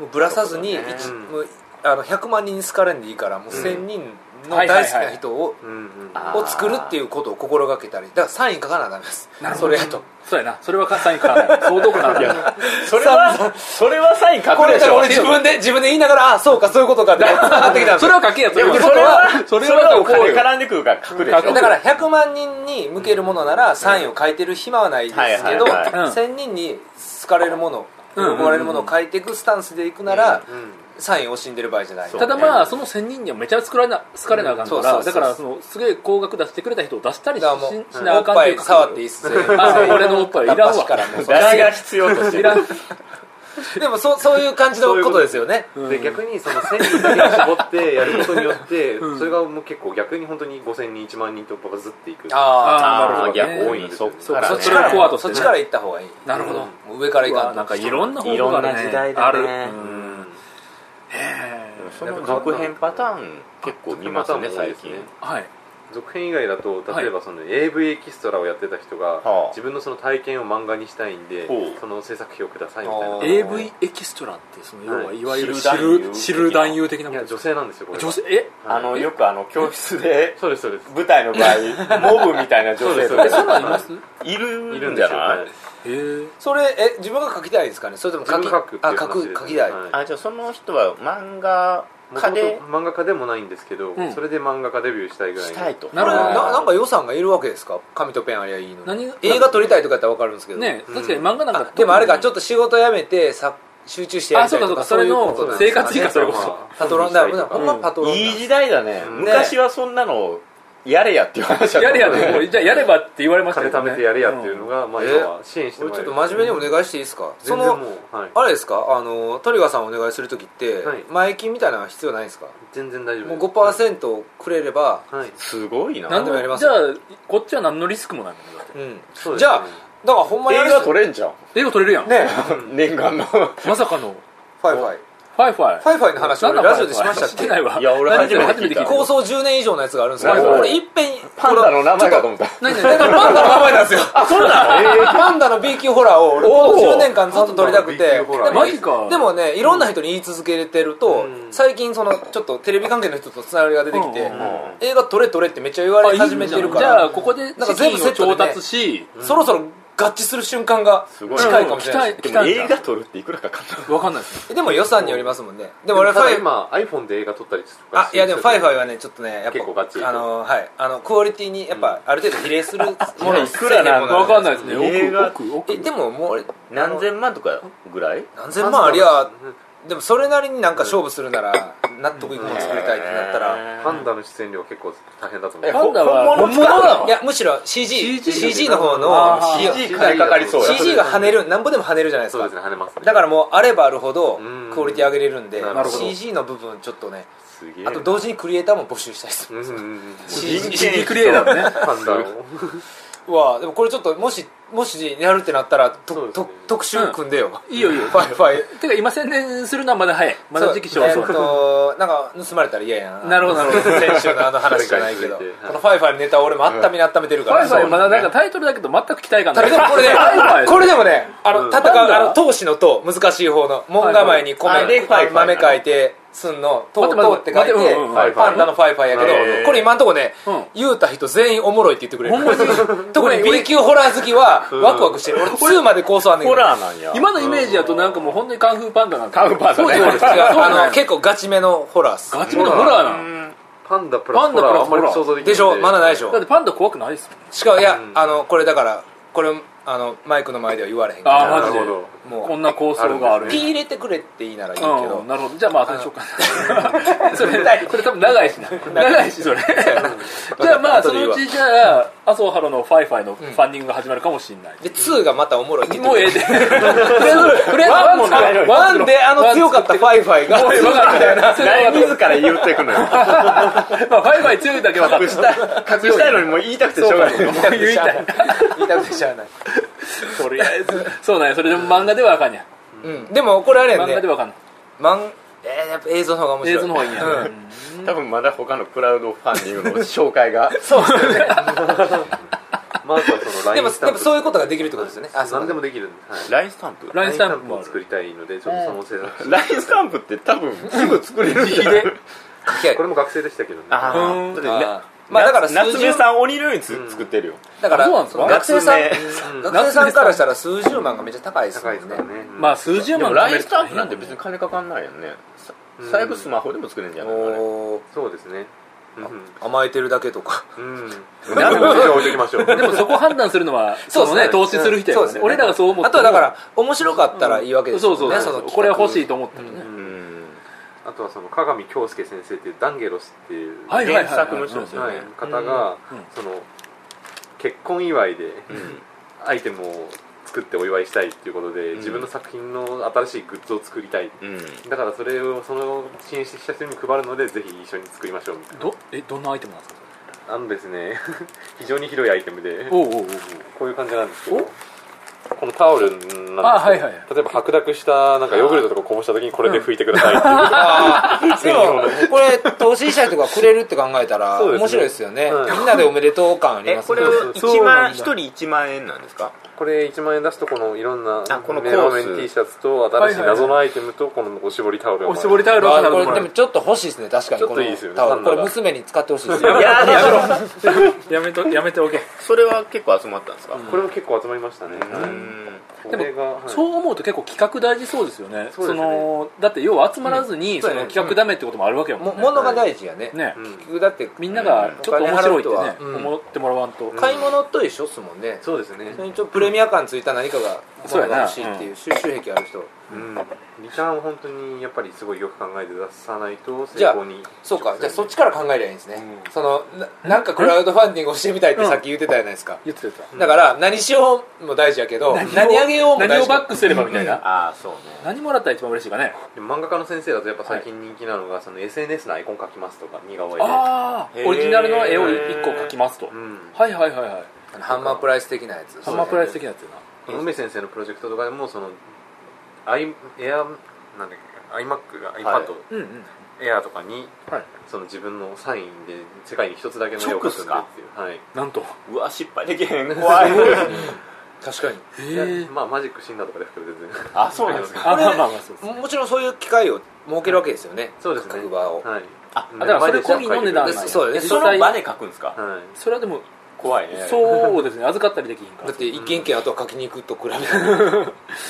もうぶらさずに、そうだね一うんもうあの100万人に好かれんでいいからもう1000人のはいはい大は好いきな人を,、うんうんあを作るっていうことを心がけたりだからサイン書かなダメですそれやとそうやなそれは傘にかからない相当かないそれはそれはサイン書こくれでし俺ょ自分で自分で言いながらああそうかそういうことかって繋がってきたんですそれは書けやつでもはそれはそそれれはは書かれる絡んでくるから書くでし書ょくだから100万人に向けるものならサインを書いてる暇はないですけど、はいはいはい1000人に好かれるものうん憧れるものを書いていくスタンスでいくなら、うんサインを惜しんでる場合じゃないただまあその1000人にはめちゃ作らな好かれなあかんかうんそらうそうそだうからそのすげえ高額出してくれた人を出したりしだからもしうなおあっかんぱいうい触っていいっすねあ俺のおっぱいいらんわ片っ端からもう誰が必要としていらんるでもそそういう感じのことですよねうんで逆にその1000人だけに絞ってやることによ って、んそれがもう結構逆に本当に5000人1万人とバズっていくああーあなあるほーどね逆多いんですよそうあーそそっっちちかかららねこうあとそっちから行った方がいいなるほどもう上からう行かんわとなんかいろんな方い法ろんがなね時代あだるねうんへーその続編パターン結構見ますね最近はい続編以外だと例えばその AV エキストラをやってた人が、はあ自分のその体験を漫画にしたいんで、ほうその制作費をくださいみたいなあー AV エキストラってその要はいわゆる知知る男優る知る男優的ないもやの女性なんですよこれが女性えはいあのよくあの教室でそうですそうです舞台の場合モブみたいな女性と そうですそそんなんかいますへいるいるんんでじすゃよ、なはいいえそれえ自分が書きたいですかねそれとも書き自分が書くっていあう書話くです書きたい、はいあじゃあその人は漫画元家々で漫画家でもないんですけど、うんそれで漫画家デビューしたいぐらいしたいとこなれるほどななんか予算がいるわけですか紙とペンありゃいいの何にが映画撮りたいとかやったら分かるんですけどねえうん確かに漫画なんあかでもあれかちょっと仕事辞めてさ集中してやありそたういかそとうかそれかのそういうことなん生ですかね活費かそれこそまあパトロンだほんまパトロンだいい時代だねうん昔はそんなのやれやっていう話だったやれやでもうじゃあやればって言われましたけ金ど貯ねめてやれやっていうのが、まあ今は支援してこもれらちえょっると真面目にお願いしていいですかそ全然ものう、はい、あれですかあのトリガーさんお願いする時ってはい前金みたいなのは必要ないんですか全然大丈夫もうです5%くれればはい すごいななんでもやりますじゃあこっちは何のリスクもないもんねだってうんそうですねじゃあだからほんま映にあれ画撮れんじゃん映画撮れるやんね 念願のまさかのファイファイファイファイファイファイの話俺なんだラジオでしましたっしてけないわいや俺初めて聞いた構想10年以上のやつがあるんですけなるどほどこれいっぺんパンダの名前かと思った何これ何パンダの名前なんですよあそうなの パンダの B 級ホラーを俺この10年間ずっと撮りたくてパンダの B 級ホラーでもマジかでもねいろんな人に言い続けてると、うん最近そのちょっとテレビ関係の人とつながりが出てきて、うんうんうん映画撮れ撮れってめっちゃ言われ始めてるかじらゃあここでなんか全資金を部調セットでね達しそろそろ合致する瞬間がすごい近いかもしれないですうん で来たもんだ映画撮るっていくらかかるわかんないですねでも予算によりますもんねででもも俺俺フただァイ今 iPhone で映画撮ったりとかあいやでもファイファイはねねちょっとねやっぱ結構ガッチリとあのはいあのクオリティにやっぱある程度比例するものにいくらなのわかんないですね映画奥奥奥えでももう俺何千万とかぐらい何千万ありゃでもそれなりになんか勝負するなら納得いくもの作りたいってなったら、パンダの出演料は結構大変だと思うえパンダは本物使うの本物いやむしろ CG CG CG の方のあー CG 金かかりそうや CG が跳ねるなんぼでも跳ねるじゃないですそうかですね跳ねますねだからもうあればあるほどうんクオリティ上げれるんでなるほど CG の部分ちょっとねすげえあと同時にクリエイターも募集したいですうんうんうん人件 CD クリエイターねパンダをわあでもこれちょっともしもしやるってなったらとそうですねと特集組んでよいいよいいよファイファイてか今宣伝するのはまだ早いまだ時期そ尚うえっ早となんか盗まれたら嫌やななるほどなるほど先週のあの話じゃないけ前ど回に続いてこのファイファイのネタ俺もあっためにあっためてるフからァイファイまだなんかタイトルだけど全く期待感たなだいでもこれね ファイファイこれでもねあのうん戦うなんだあの闘志の闘難しい方の門構えに米はいはいあでファイファイ豆書いてすんの待闘って闘って書いて待ってうんうんうんファイファイパンダのファイファイやけどなるほどこれ今んとこねうん言うた人全員おもろいって言ってくれほんまるに 特に俺 B 級ホラー好きはんワクワクしてる俺2まで構想あんねんホけどラーなんや今のイメージだとなんかもう本当にカンフーパンダなんだカンフーパンダねそうじゃないです違うかあの結構ガチめのホラーっすガチめのホラーなのパンダプラスパンダプラスあんまり想像できないでしょまだないでしだっょてパンダ怖くないですもんしかもいやうんあのこれだからこれあのマイクの前では言われへんけどあーマなジるでほどもうこんな構想があるピー入れてくれっていいならいいけうどんなるほどじゃあまあ後にしようかな それそれ多分長いしな長いしそれじゃあまあそのうちじゃあ麻生ハロのファイファイのファンディングが始まるかもしれない で2がまたおもろいって言もっうてええくでれとりあえずとりあえずワンもないのワンであの強かったファイファイがもうええわかったよなそれは何わかっ自ら言ってくのよ たまあファイファイ強いだけ分かっ隠たしたい隠したいのにもう言いたくてしょうがない言いたくてしゃあない言いたくてしゃあないとりあえずそうなんやそれでも漫画ではあかんやうんでもこれあれや漫画ねではあかんの漫えーやっぱ映像の方が面白い映像の方がいいんやうん多分まだ他のクラウドファンディングの紹介がそうですよねまずはそので LINE もスタでンもプそういうことができるってことですよねあそう何でもできるんで、はい LINE スタンプラインスタンプもあもる作りたいのでちょっとその制作 LINE スタンプって多分すぐ作れるんじゃない書き合いこれも学生でしたけどねあうんーだってねあーまあだから数夏十目さん鬼のようにつ作ってるよだからそうなんですか学生さん夏目学生さんからしたら数十万がめっちゃ高いですも高んいでねすからね、うんまあ数十で万も貯め LINE るスタンプなんて別に金かかんないよねさうん最悪スマホでも作れるんじゃないかおーそうですねうん甘えてるだけとかうん、うん、何 も置いときましょうでもそこ判断するのはそそうっすのねね投資する人やかうんらねそうですね俺らがそう思ってあとはだから面白かったらいいわけですそようねそうそのそうこれは欲しいとと思ったらねうんあとはその加賀京介先生っていうダンゲロスっていう、はいはいはいはい原作の人ですよはねい方が、うんその結婚祝いでうんアイテムを作ってお祝いしたいっていうことで、ん自分の作品の新しいグッズを作りたいうんだからそれをその支援してきた人に配るのでぜひ一緒に作りましょうみたいどえどんなアイテムなんですかなあのですね 非常に広いアイテムでおうおうおうこういう感じなんですけどこのタオルなんですけど、あはいはい例えば白濁したなんかヨーグルトとかこぼした時にこれで拭いてくださいっていう、でもこれ投資者とかくれるって考えたらそうですね面白いですよねはいみんなでおめでとう感ありえますこれそうそう1万一人1万円なんですかこれ1万円出すとこのいろんなあこのコースメガメン T シャツと新しい謎のアイテムとこのおしぼりタオルがおしぼりタオルをあ買こうれでもちょっと欲しいですね確かにちょっことのいいですよねタオなルこんなられ娘に使ってほしいですよやだやめろやめとやめておけそれは結構集まったんですかこれも結構集まりましたね、うはいんこれが、はい そう思うと結構企画大事そうですよねそうそですねのだって要は集まらずにそそうやねの企画ダメってこともあるわけやももんね物が大事やねねうん結局だってみんながちょっと面白いってお金ね払うとはうん思ってもらわんと買い物と一緒っすもんねそうですねそれにちょっとプレミア感ついた何かがそうやな物が欲しいっていう収集癖ある人うんリターンを本当にやっぱりすごいよく考えて出さないとじゃ成あ功にそうかじゃあそっちから考えりゃいいんですねうんそのななんかクラウドファンディングをしてみたいってさっき言ってたじゃないですか言ってただから何しようも大事やけど何あげようも大事何をバックすればみたいなああそうね何もらったら一番嬉しいかねでも漫画家の先生だとやっぱ最近人気なのが、その SNS のアイコン描きますとか似顔絵であへあーオリジナルの絵を1個描きますとうんはいはいはいはいあのハンマープライス的なやつハンマープライス的なやつやなこの梅先生のプロジェクトとかでもそのアイエアなんだっけ iMac が iPad、はいうんうんエアーとかに、はいその自分のサインで世界に一つだけの絵を描くんですっていう、はいなんとうわ失敗できへん怖い確かにいやへえまあ、マジック死んだとかですけど全然 あそうなんですかあまあまあまあそうですももちろんそういう機会を設けるわけですよね そうですね各場をはいあうんあだからそれ込みの値段でなんやそうだね実そ際の場で書くんですかはいそれはでも怖いねそうですね預かったりできひんかだらって一軒一軒あとは書きに行くと比べて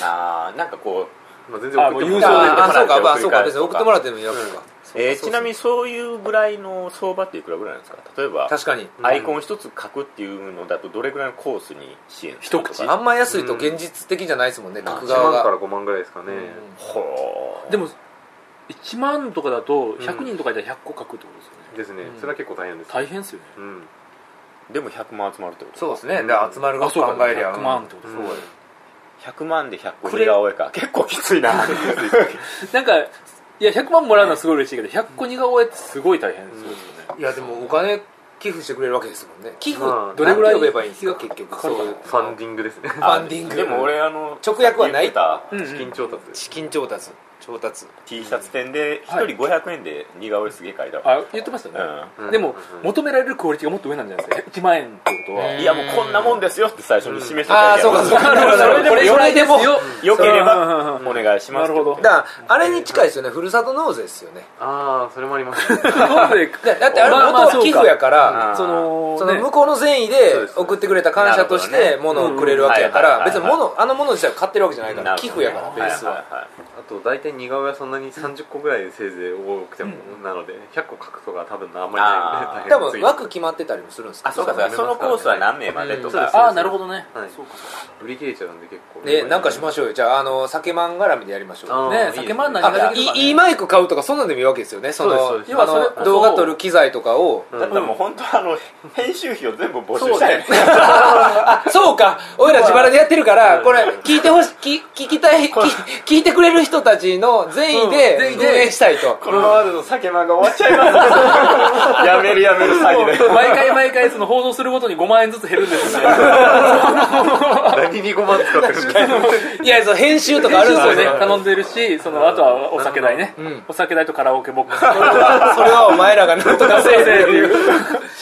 あーなんかこうまあ、全然送ってもあらもっうてああそうか送り返すとかまあそうか別に送ってもらってもいいわけかえーちなみにそういうぐらいの相場っていくらぐらいなんですか例えば確かにアイコン一つ書くっていうのだとどれぐらいのコースに支援す一る口あんま安いと現実的じゃないですもんね書く1側万かがら5万ぐらいですかね、ほーでも1万とかだと100人とかいたら100個書くってことですよねですね、うんそれは結構大変です、大変ですよねうんでも100万集まるってことそうですねで集まるが考えりゃ100万ってことうですんね100万で100個くれ似顔絵か結構きついななんかいや100万もらうのはすごい嬉しいけど100個似顔絵ってすごい大変ですよねいやでもお金寄付してくれるわけですもんね寄付まあどれぐらい呼べばいいんですか結局そういうファンディングですねファンディングでも俺あの直訳はな言いってたうんうん資金調達資金調達調達 T シャツ店で一人500円で似顔絵すげえ描いたわあ言ってましたねうんでもうん求められるクオリティがもっと上なんじゃないですか1万円ってことはうんいやもうこんなもんですよって最初に示してああたそうかそうかこれそれでもよよければばお願いしますなるほどだからあれに近いですよねふるさと納税ですよねああそれもあります、ね、だだってあれ元は寄付やからあ ーそのその向ねこうの善意そうでですね送ってくれた感謝としなるて物をくれるわけやかうんらはい別に物あの物自体は買ってるわけじゃないかならるほど寄付やからベースは あと大体似顔絵はそんなに30個ぐらいせいぜい多くても、なので100個描くとか多分あんまりないので大多変す分ぎる枠決まってたりもするんですかあそうかそうかそのコースは何名までとうんそうでかすああなるほどねはいそうか売り切れちゃうんで結構ねなんかしましょうよじゃああの酒まん絡みでやりましょうあーよねいいです酒まん何があできるかねいいいマイク買うとかそんなんでもいいわけですよねそそうのですそうです要はそあれこその動画撮る機材とかをうんだったらもう本当はあの編集費を全部募集そうしただいねあ そうか俺ら自腹でやってるからこれ聞いてほし聞聞きたい聞聞いてくれる人たちの善意で運営したいと、このままだと酒漫が終わっちゃいます やめるやめる詐欺だ毎回毎回その放送するごとに5万円ずつ減るんですよ ね何に5万使ってるんですかいやその編集とかあるんですそうよねね頼んでるしそのあとはお酒代ね、んお酒代とカラオケボックスそうそれはお前らがなんとかせえって いう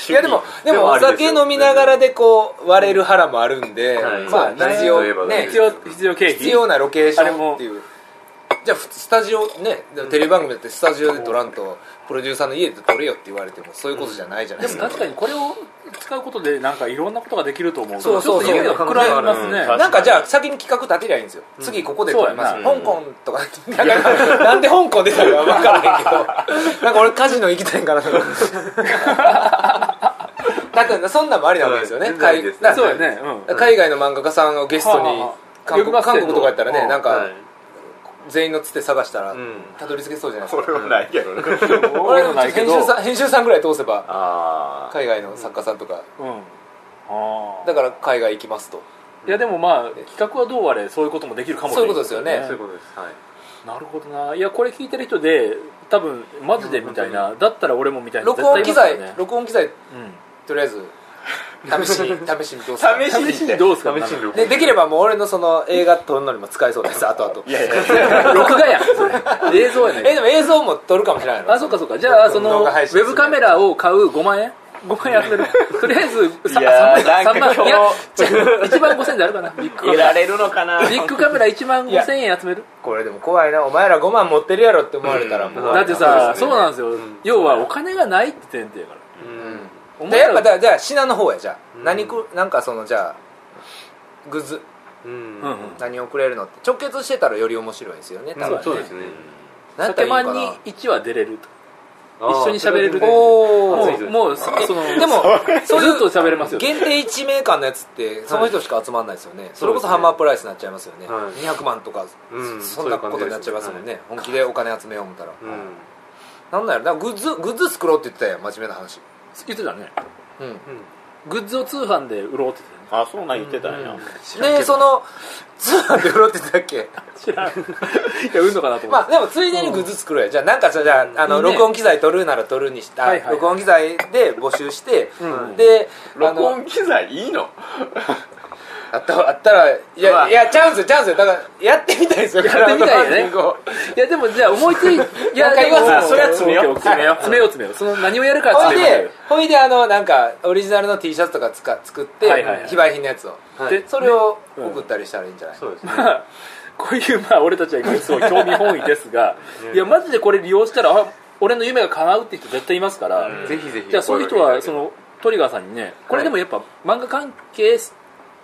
いやでもでもお酒飲みながらでこう割れる腹もあるんで、はいまあまあ必大事といえば要大ね必事要必要経費必要なロケーションっていうじゃあふスタジオねテレビ番組だってスタジオで撮らんとプロデューサーの家で撮れよって言われてもそういうことじゃないじゃないででもすか、確かにこれを使うことでなんかいろんなことができると思うそうそうちょっそうと夢が膨らみますね、うんなんかじゃあ先に企画立てりゃいいんですよ、次ここで撮りますそうやな香港とかなんかなんで香港出たか分からへんけどなんか俺カジノ行きたいん かなとかなんかそんなんもありなわけですよねうん全然いいですね海そうやねうん海外の漫画家さんをゲストはあにはあ韓国呼びます韓けど国とかやったらうねんなんはかい全員のつて探したらんたどり着けそうじゃないですかそれはないけどねこれ俺でももないけ編ど集さん編集さんぐらい通せばあ海外の作家さんとかうんあだから海外行きますとーいやでもまあ企画はどうあれそういうこともできるかもそういうことですよねそういうことですはいなるほどないやこれ聞いてる人で多分マジでみたいなだったら俺もみたいな録音機絶対い材ますよね録音機材うんとりあえず試しに 試しにどうするあ試し試しににどうですか試しに録でできればもう俺のその映画撮るのにも使えそう ですあとあといやいや録画や んそれ映像やねえでも映像も撮るかもしれないのあそうかそうかじゃあその動ウ画配信するェブカメラを買う5万円5万円集め るとりあえずさいやー3万なんか3万いや1万5000円であるかなビッグカいメラられるのかなビッグカメラ1万5000円集めるこれでも怖いなお前ら5万持ってるやろって思われたらもう、うんだってさそうなんですよん要はお金がないって点でやからうんおで前やっぱらだじゃあ品の方やじゃあ、何くなんかそのじゃあグッズうんうんうん何をくれるのって直結してたらより面白いですよね多分ねそうですね何やった酒らマいいのンかにな1話出れるとあー一緒に喋れるでおもおうもうそそのでもずっと喋れますよ限定1名間のやつってその人しか集まんないですよね、それこそハンマープライスになっちゃいますよね、はい200万とか、うんそんなことになっちゃいますもんね、本気でお金集めよう思ったら、うんなんなんやろなんかグッズグッズ作ろうって言ってたやん真面目な話言ってたねうんグッズを通販で売ろうってあそうなん言ってたんやでその通販で売ろうって言ってたっけ言ってたね知らんいや売るのかなと思っまあでもついでにグッズ作ろうやじゃあなんかじゃああの、ね録音機材取るなら取るにした、はいはいはい録音機材で募集して、うんであ録の音機材いいのあったあったらいや、まあいやチャンスよチャンスよだからやってみたいですよやってみたいよねクラウドファンディングをていやでもじゃあ思いついいやわかりますでもそれは詰めようオッケーオッケー詰めよう詰めよう その何をやるかほい詰めよでほいであのなんかオリジナルの T シャツとかつか作って、はいはいはい非売品のやつをうはいでそれを送ったりしたらいいんじゃない、そうですねまあこういうまあ俺たちは今すごい興味本位ですがいやマジでこれ利用したらあ俺の夢が叶うって人絶対いますから、うんぜひぜひじゃあそういう人はそのトリガーさんにねこれでもやっぱ漫画関係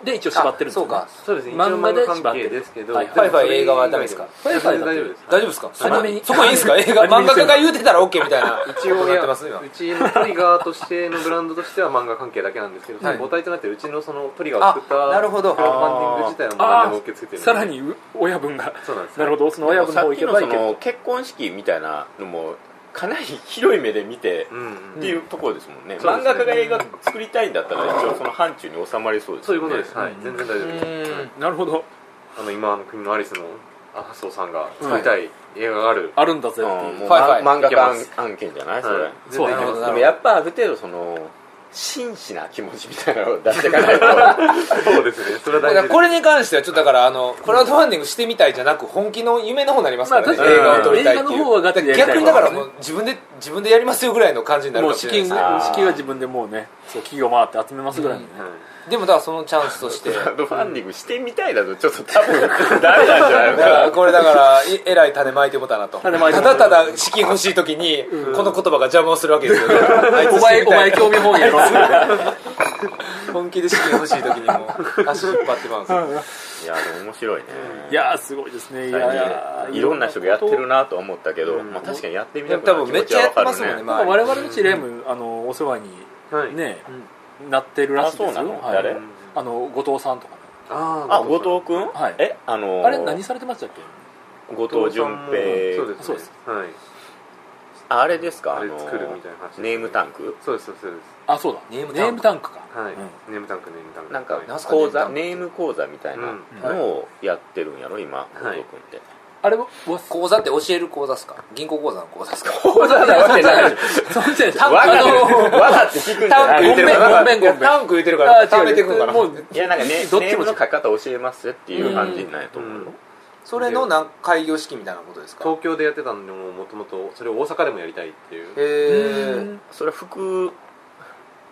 で一応縛ってるんですそようかそうですね一応漫画で漫画関係ですけどはいでフもァイファイ映画はダメですかそれ以外でも大丈夫です大丈夫ですかそこアニメにそこいいですか映画アニメ漫に画家が言うてたら OK みたい な一応こといになっやてます今うちのトリガーとしてのブランドとしては漫画関係だけなんですけど、その母体となってるうちのそのトリガーを作ったあなるほどクラウドファンディング自体は漫画でも受け付けてるんでさらにう親分が そうなんですなるほどその親分のさ方っ行きけのばそいけるの結婚式みたいなのもかなり広い目で見てど、うんうっんていうところですもんねそう漫ですね画家が映画作りたいんだったら一応その範疇に収まりそうですそういようねことです、はい全然大丈夫ですうんなるほどあの今あの国のアリスの麻生さんが作りたい映画がある、あるんだぜってういんうもうはいはいま漫画いけま家案件じゃないそはれいそ全う然いけなるまほすどでもやっぱある程度その真摯な気持ちみたいなのを出していかないとそうですねそれはだ大事からですこれに関してはちょっとだからあのクラウドファンディングしてみたいじゃなく本気の夢の方になりますからね、まあ確か映に画を撮りたいってい映画の方はうガチでやりたい逆にだからもう自分で自分でやりますよぐらいの感じになるもかうもし資れないで金資すねあー金は自分でもうねそう企業回って集めますぐらいのねでもだからそのチャンスとしてクラウドファンディングしてみたいだとちょっと多分ダメなんじゃないだのかから これだからいえらい種まいてもたなと種まいてたもただただ資金欲しい時にこの言葉が邪魔をするわけですよねあいつお前お前知り興味本位やろたい本気で資金欲しい時にもう足引っ張ってますよいやでも面白いね いやーすごいですねい最やいや近いろんな人がやってるななとは思ったけど、まあ、確かにやってみでたもくな多る分気め持っちはわちゃやってかますもんねるね周り我々のチレムあのお世話にはいねなってるらしいであすそうなよのはい誰あの後藤さんとかねああ後藤後藤君、はいえあのーあれ何されてましたっけ後藤淳平そうです、ね、そうですはいああれですかあれのー作るみたいな話ネームタンクそうですそうですそうであそうだネームタンクタンクかすはい、うんネームタンクネームタンクなんかはいなんすか講座ネネーム講座みたいなのをやってるんやろ今後はい藤君って、あれはわ講座って教える講座っすか銀行口座の講座っすかわざわざわけないでしょそんじゃタンわざあ のわざって聞くんじゃタなンいク言ってるからごめんごめんごめんタンク言ってるかあら違う食べてくんかなもういやなんかねどっネちーもムの書き方教えますよっていう感じになると思うよそれのなん開業式みたいなことですか東京でやってたのももともとそれを大阪でもやりたいっていうへえそれは服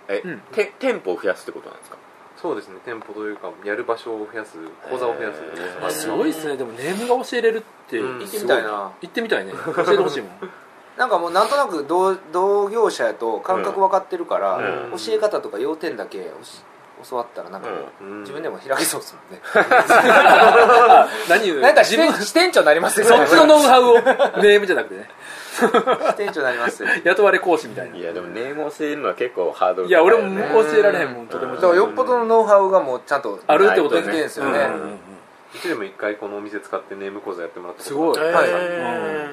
えうんて店舗を増やすってことなんですかそうですね店舗というかやる場所を増やす講座を増やすへーまあすごいですねでもネームが教えれるってうん行ってみたいな行ってみたいね教えてほしいもんなんかもうなんとなく同同業者やと感覚分かってるから、うん教え方とか要点だけ教教わったらなんかこう、うん自分でも開けそうですもんね、あ何言うなんか支店支店長になりますよそっちのノウハウをネームじゃなくてね支店長になりますよ雇われ講師みたいないやでもネームを教えるのは結構ハードルいや俺高いもよね教えられへんもんとてもだからよっぽどのノウハウがもうちゃんとあるってこと前提ですようんね、うんうんうちでも一回このお店使ってネーム講座やってもらったすごいーはいへ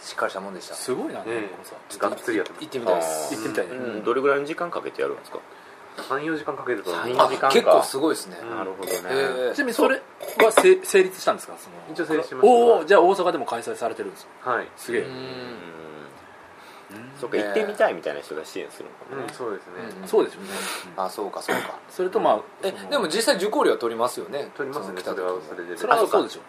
しっかりしたもんでしたすごいなねねこのさがっつりやってま行ってみたいです行ってみたいーねうんどれぐらいの時間かけてやるんですかす34時間かけてた三四あ時間か結構すごいですね、うんなるほどねえーちなみにそれはせ成立したんですかその一応整理しましたおおじゃあ大阪でも開催されてるんですよはいすげえうんそっかね行ってみたいみたいな人が支援するのかなうんそうですねうんそうですよねあそうかそうかそれとまあえそのでも実際受講料は取りますよね取りますねそその来れたは時それでそれはそうでしょ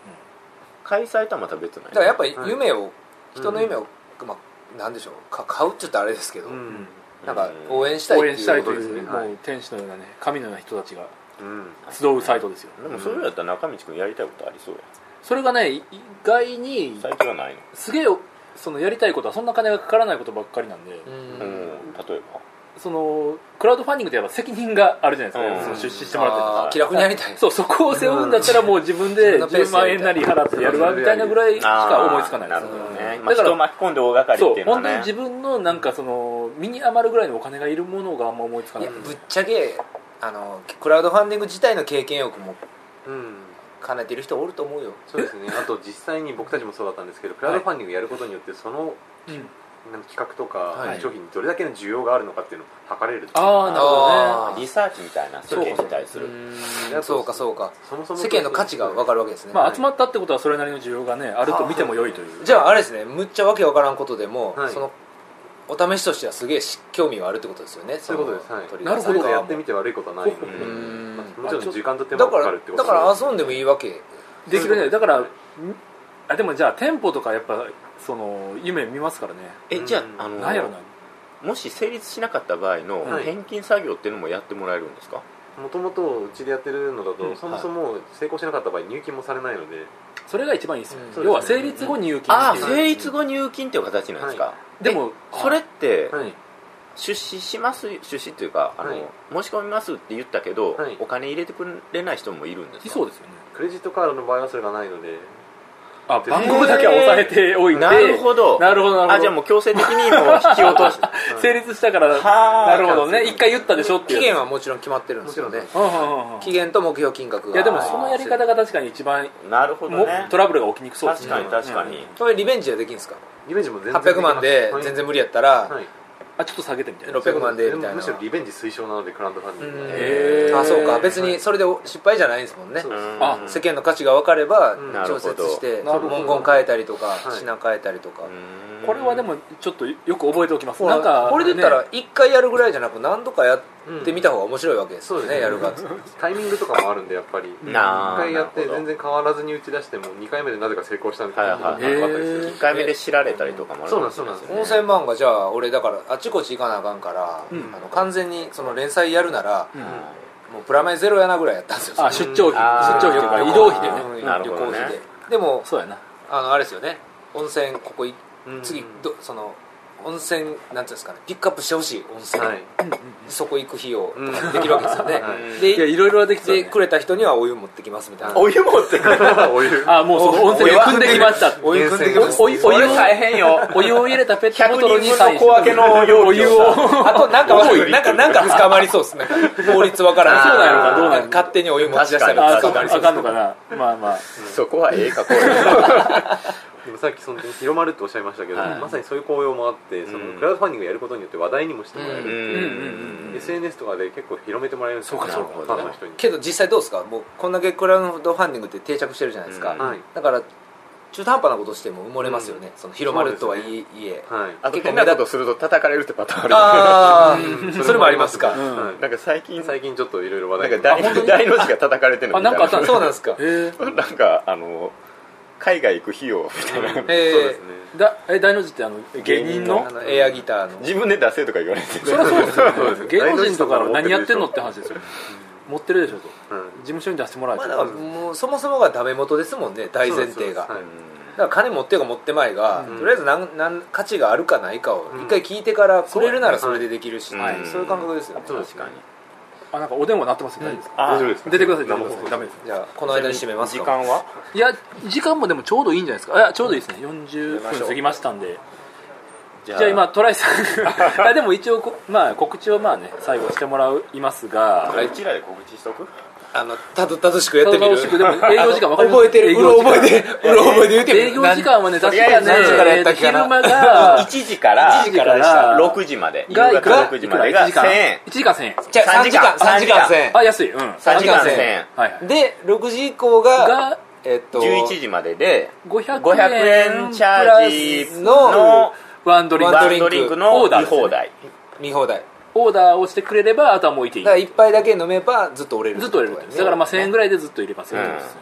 開催とはまた別なんだからやっぱりり夢を、人の夢を、まあ、なんでしょうか買うっちゅったらあれですけど、うんなんかうん応援しうたんい応っ援てしたいいうこといとでうすねはいもう天使のようなね神のような人たちがうん集うサイトですよでもそれだったら中道くんやりたいことありそうやそれがねい意外に最近はないのすげえそのやりたいことはそんな金がかからないことばっかりなんでうんうん例えばそのクラウドファンディングってやっぱ責任があるじゃないですか、うんその出資してもらってるとかあー気楽にやりたいそうそこを背負うんだったらもう自分でうん10万円なり払ってやるわみたいなぐらいしか思いつかないあーなでるすほどうねんまだあから人を巻き込んで大掛かりっそていううのは本ね当に自分のなんかその身に余るぐらいのお金がいるものがあんま思いつかいないやぶっちゃけあのクラウドファンディング自体の経験欲もうん兼ねてる人おると思うよそうですねあと実際に僕たちもそうだったんですけどクラウドファンディングやることによってそのうんなんか企画とはかい商品にどれだけの需要があるのかっていうのを測れるああなるほどあーリサーチみたいな世そうか間に対するうんそうかそうかそもそも世間の価値が分かるわけですね、ねまあ集まったってことはそれなりの需要がねあると見ても良いというじゃああれですねむっちゃわけわからんことでも、はいそのお試しとしてはすげえし興味はあるってことですよねそういうことですはい取りなるほど組みや方ってみて悪いことはないのでううんもちろん時間と手間がだかかからるってことだから遊んでもいいわけできるねだそういうことからんあでもじゃあ店舗とかやっぱその夢見ますからねえじゃああうんなんやろのなもし成立しなかった場合のはい返金作業っていうのもやってもらえるんですかもともとうちでやってるのだうんとそもそも成功しなかった場合入金もされないのでそれが一番いいですよねうん要は成立後入金っていう成立後入金っていう形なんですかでもえそれってはい出資します出資っていうかあの、はい申し込みますって言ったけど、はいお金入れてくれない人もいるんですかいそうですよねクレジットカードの場合はそれがないのであ番号だけは押さえておいてなるほどなるほどなるほどあじゃあもう強制的にもう引き落とし成立したからはなあるほどね一回言ったでしょって期いう限はもちろん決まってるんですよねもちうんうんうんうん期限と目標金額がいやでもそのやり方が確かに一番なるほどもねトラブルが起きにくそうです確ねかに確かに、うんそれリベンジはできるんですかリベンジも全然できます800万で全然無理やったら、はいあちょっと下げてみたいな600万でみたいなむしろリベンジ推奨なのでクラウドファンディングはへーあそうか別にそれで失敗じゃないんですもんねそううんあ世間の価値が分かればうん調節してなるほど文言変えたりとかい品変えたりとかうんこれはでもちょっとよく覚えておきますほなんからこれで言ったら1回やるぐらいじゃなく何度かやってみた方が面白いわけですよそうですねねやるがタイミングとかもあるんでやっぱり一なあ回やってなるほど全然変わらずに打ち出しても2回目でなぜか成功したみたいなことがはいあはっいたはいりす一る回目で知られたりとかもあるそうなんですそうなんですね4000万がじゃあ俺だからあちこち行かなあかんからうんあの完全にその連載やるならうんもうプラマイゼロやなぐらいやったんですよあ出張費出あー張費というか移動費でねうんなるほどね旅行費ででもそうやなあのあれですよね温泉ここいうん次どその温泉なんていうんですかねピックアップしてほしい温泉、はいそこ行く費用うんできるわけですよね、はいでいやいろいろできそうでやねくれた人にはお湯持ってきますみたいなお湯持ってくる お湯あもうその温泉で汲んできましたお湯汲んできますお湯お湯を大変よお湯を入れたペットボ100トルに人分の小分けの容お器湯ををあとなんかなんかなんか捕まりそうですね法律わからんそうなんやろかどうなんやろんか勝手にお湯持ち出したりとあかそう捕まかりあそうでかすんのかなまあまあそこはええかこれでもさっきその広まるっておっしゃいましたけど、はいまさにそういう効用もあってそのうんクラウドファンディングやることによって話題にもしてもらえうる、うんうんん SNS とかで結構広めてもらえるんですよそうかそうかファンの人にけど実際どうですかもうこんだけクラウドファンディングって定着してるじゃないですか、うんはいだから中途半端なことしても埋もれますよね、その広まるとはいえ、はいあと結構変なことすると叩かれるってパターンあるああそれもありますか、うんはいなんか最近なんか最近ちょっといろいろ話題になって大大の字が叩かれてるのあなんかあったんそうなんですかえなんかあの海外行く費用みたいなえそうですねーだえ大の字ってあの芸人のあのエアギターの自分で出せとか言われてそりゃそうですそうよでねすね芸能人とか何やってんのって話ですよ持ってるでしょとうん事務所に出してもらえまあとだからもうそもそもがダメ元ですもんね大前提がそうですそうですはいだから金持ってようが持ってまいが、うんとりあえずなんなん価値があるかないかをうん一回聞いてからくれるならそれでできるし、うんはいそういう感覚ですよね、そうですねあなんかお電話鳴ってますよ大丈夫ですか大丈夫で出てくださいなダメるほでどすダメですじゃあこの間に締めます時か間はいや時間もでもちょうどいいんじゃないですかいやちょうどいいですね40分過ぎましたんでじじゃあ今トライさん いやでも一応こまあ告知をまあね最後してもらいますがあうちらで告知しとくあのたどたどしくやってみ楽るしくで も営業時間分かります覚えてるうろ覚えてるうろ覚えて言うてる営業時間はねと確りあかえずね何時からやったっけな昼間が1時から1時から6時まで夕がいくら方6時までがいくら1000円1時間1000円じゃあ3時間3 3時時間間1000円あ安いうんはい3時間1000 3円はいで6時以降ががえっと11時までで500円500円チャージのワンドリンクワバンドリンクのオーダー見放題見放題オーダーをしてくれればあとはもう置いていだからい一杯だけ飲めばずっと折れるずっと売れるってことですだからまあ1000円ぐらいでずっと入れますようんってことですね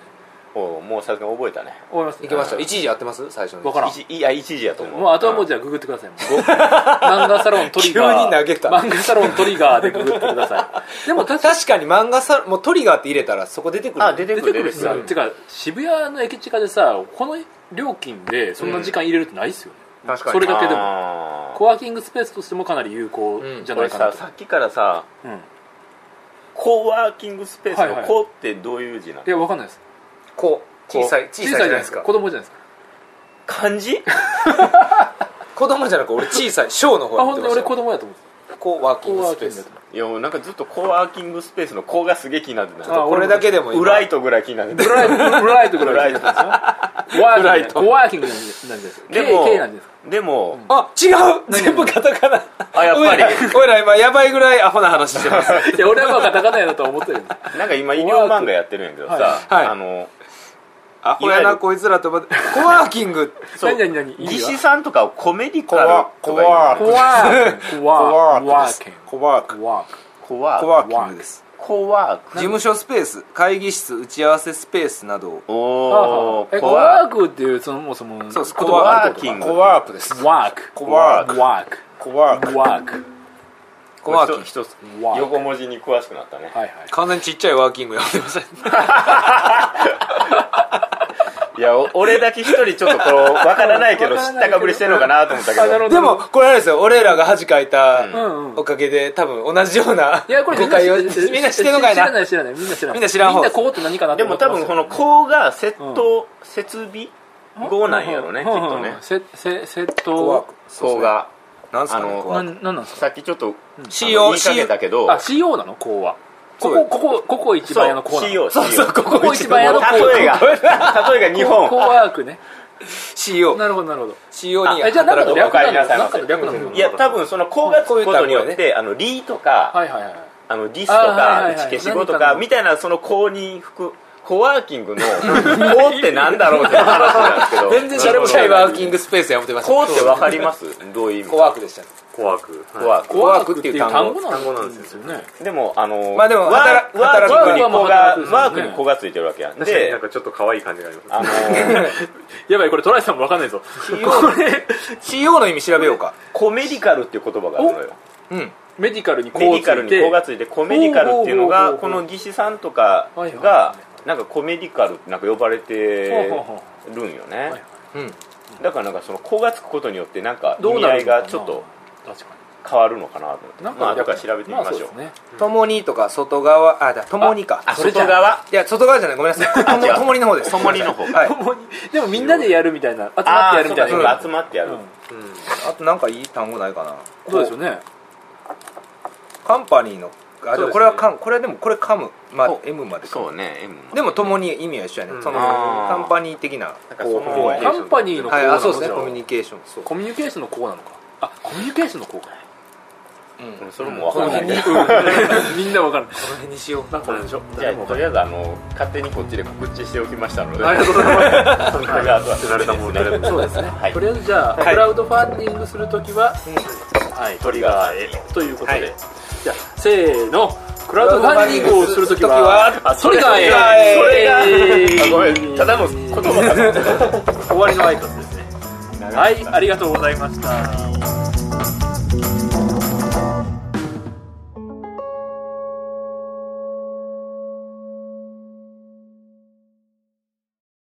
おうもうさすがに覚えたね終わりますいけました1時合ってます最初のわからんいちいや1時やと思うもうあとはもうじゃあググってくださいもう漫画サロントリガー急に投げた漫画サロントリガーでググってくださいでも確か確かに漫画さもうトリガーって入れたらそこ出てくるあ出て出くるてくるしさ出てくるてか渋谷の駅地下でさこの料金でそんな時間入れるってないっすよね確かにそれだけでもあーコワーキングスペースとしてもかなり有効じゃな俺いかなさと、さっきからさうんコワーキングスペースはいはのい「コ」ってどういう字なのいやわかんないですこう小さい小さいじゃないですか子供じゃないですか漢 字子供じゃなく俺小さい小の方あやっ本て当まにした俺子供やと思ってこうワーキコングワスーキペンーグやスと思っていやもうなんかずっとコワーキングスペースの「コ」がすげえ気になってたあこれだけでもウライトぐらい気になってブたライトブライトぐらいブですよワブラーイキントグコワーキングなんですなんですでも K K なんですでもあ違う全部カタカナあやっぱり俺ら今やばいぐらいアホな話してますいや俺はまあカタカナやなとは思ってるんですなんか今医療漫画やってるんやけどさはいあのアホいやわゆなるこいつらと思ってコワーキングそう何何何意味技は師さんとかをコメディカルとか言うコワーキングコワーコワーキングコワークコワーキングコワーコワーキングですコワー事務所スペース会議室打ち合わせスペースなどをおおえココワワークっていうそもそもそうですコワーキングコワープですワークコワークワークコワークワークコワーキング一つワーク横文字に詳しくなったねはいはい完全にちっちゃいワーキングやってませんいやお俺だけ一人ちょっとこうわからないけどわ知からっないけどたかぶりしてるのかなと思ったけあなるほどどでもこれあれですよ俺らが恥かいたうんうんおかげで多分同じようないやこれみ誤んな知解をっみてるんなしてんのかい知らなない知らないみんな知らないみんな知らん方みんなこうって何かなってで思もって多ますよ分この「こ」がセット設備語なんやろねきっとうんうねんせせセッコワートク「こ」がなんすかねあのコなワークんなんなんですかさっきちょっとあの CO 言いかけたけどあ CO なのこうはこそこうここここ一そ番う屋のこうなの CO そうそうここ一番屋のこう例えが例えが日こコ本ワークね CO なるほどなるほど CO にえじゃあなんか働の略なくのわかりなさいなんかの略なのいや多分その「こ」がつくことによってあの「リ」とかはいはいはいあのディスとあーはいはいか打はちい消し語と何かかのみたいなその公認服コワーキングのこうってなんだろうって話なんですけど全然しゃれもしないワーキングスペースやめてましたこうってわかりますどういう意味コワークでしたねコワークはいコワーコワークっていう単語単語なんですよねクでもあのまあでもワ働ーワー働くワークにワークは子が働くワークに子がついてるわけやん確かになでんかちょっと可愛い感じがありまあすのー やばいこれトライさんもわかんないぞこれ CO の意味調べようかコメディカルっていう言葉があるのようんメディカルにこうメディつカルいにて子がついてコメディカルっていうのほがうほこうほうほうの技師さんとかはいはいがなんかコメディカルってなんか呼ばれてほうほうほるんよいねはいうんだからなんかその子がつくことによってなんか意どう味な合るいのかながちょっと確か変わるのかなと思ってになんまあだから調べてみましょう,、あそですね 共にとか外側あだ共にかあそれじゃ外側いや外側じゃないごめんなさい違う共共にの方です共にの方はい共にでもみんなでやるみたいな集まってやるみたいあーそうなだ集まってやる、うんあとなんかいい単語ないかなそうですよねカンパニーのあでそうですもねこれはカムこれはでもこれカムまあお M までかそうね M でも共に意味は一緒やねうんそのあーカンパニー的なかそのこコうミュニケーショカンパニーのこうはいなあのそうですじゃねあコミュニケーションそうコミュニケーションのこうなのかあコミュニケーションのこうかうんそれも分かんないけどみんなわかるこの辺にしようなんかこれでしょじゃあとりあえずあの勝手にこっちで告知しておきましたのでありがとうございますこれがあとは捨てられたものでそうですね、はいとりあえずじゃあ、はいクラウドファンディングするときは、はいトリガーへということで、はいじゃあせーのクラウドファンディングをするときはクあそれがえそれがえあごめんただの言葉が 終わりの挨拶ですねはいありがとうございました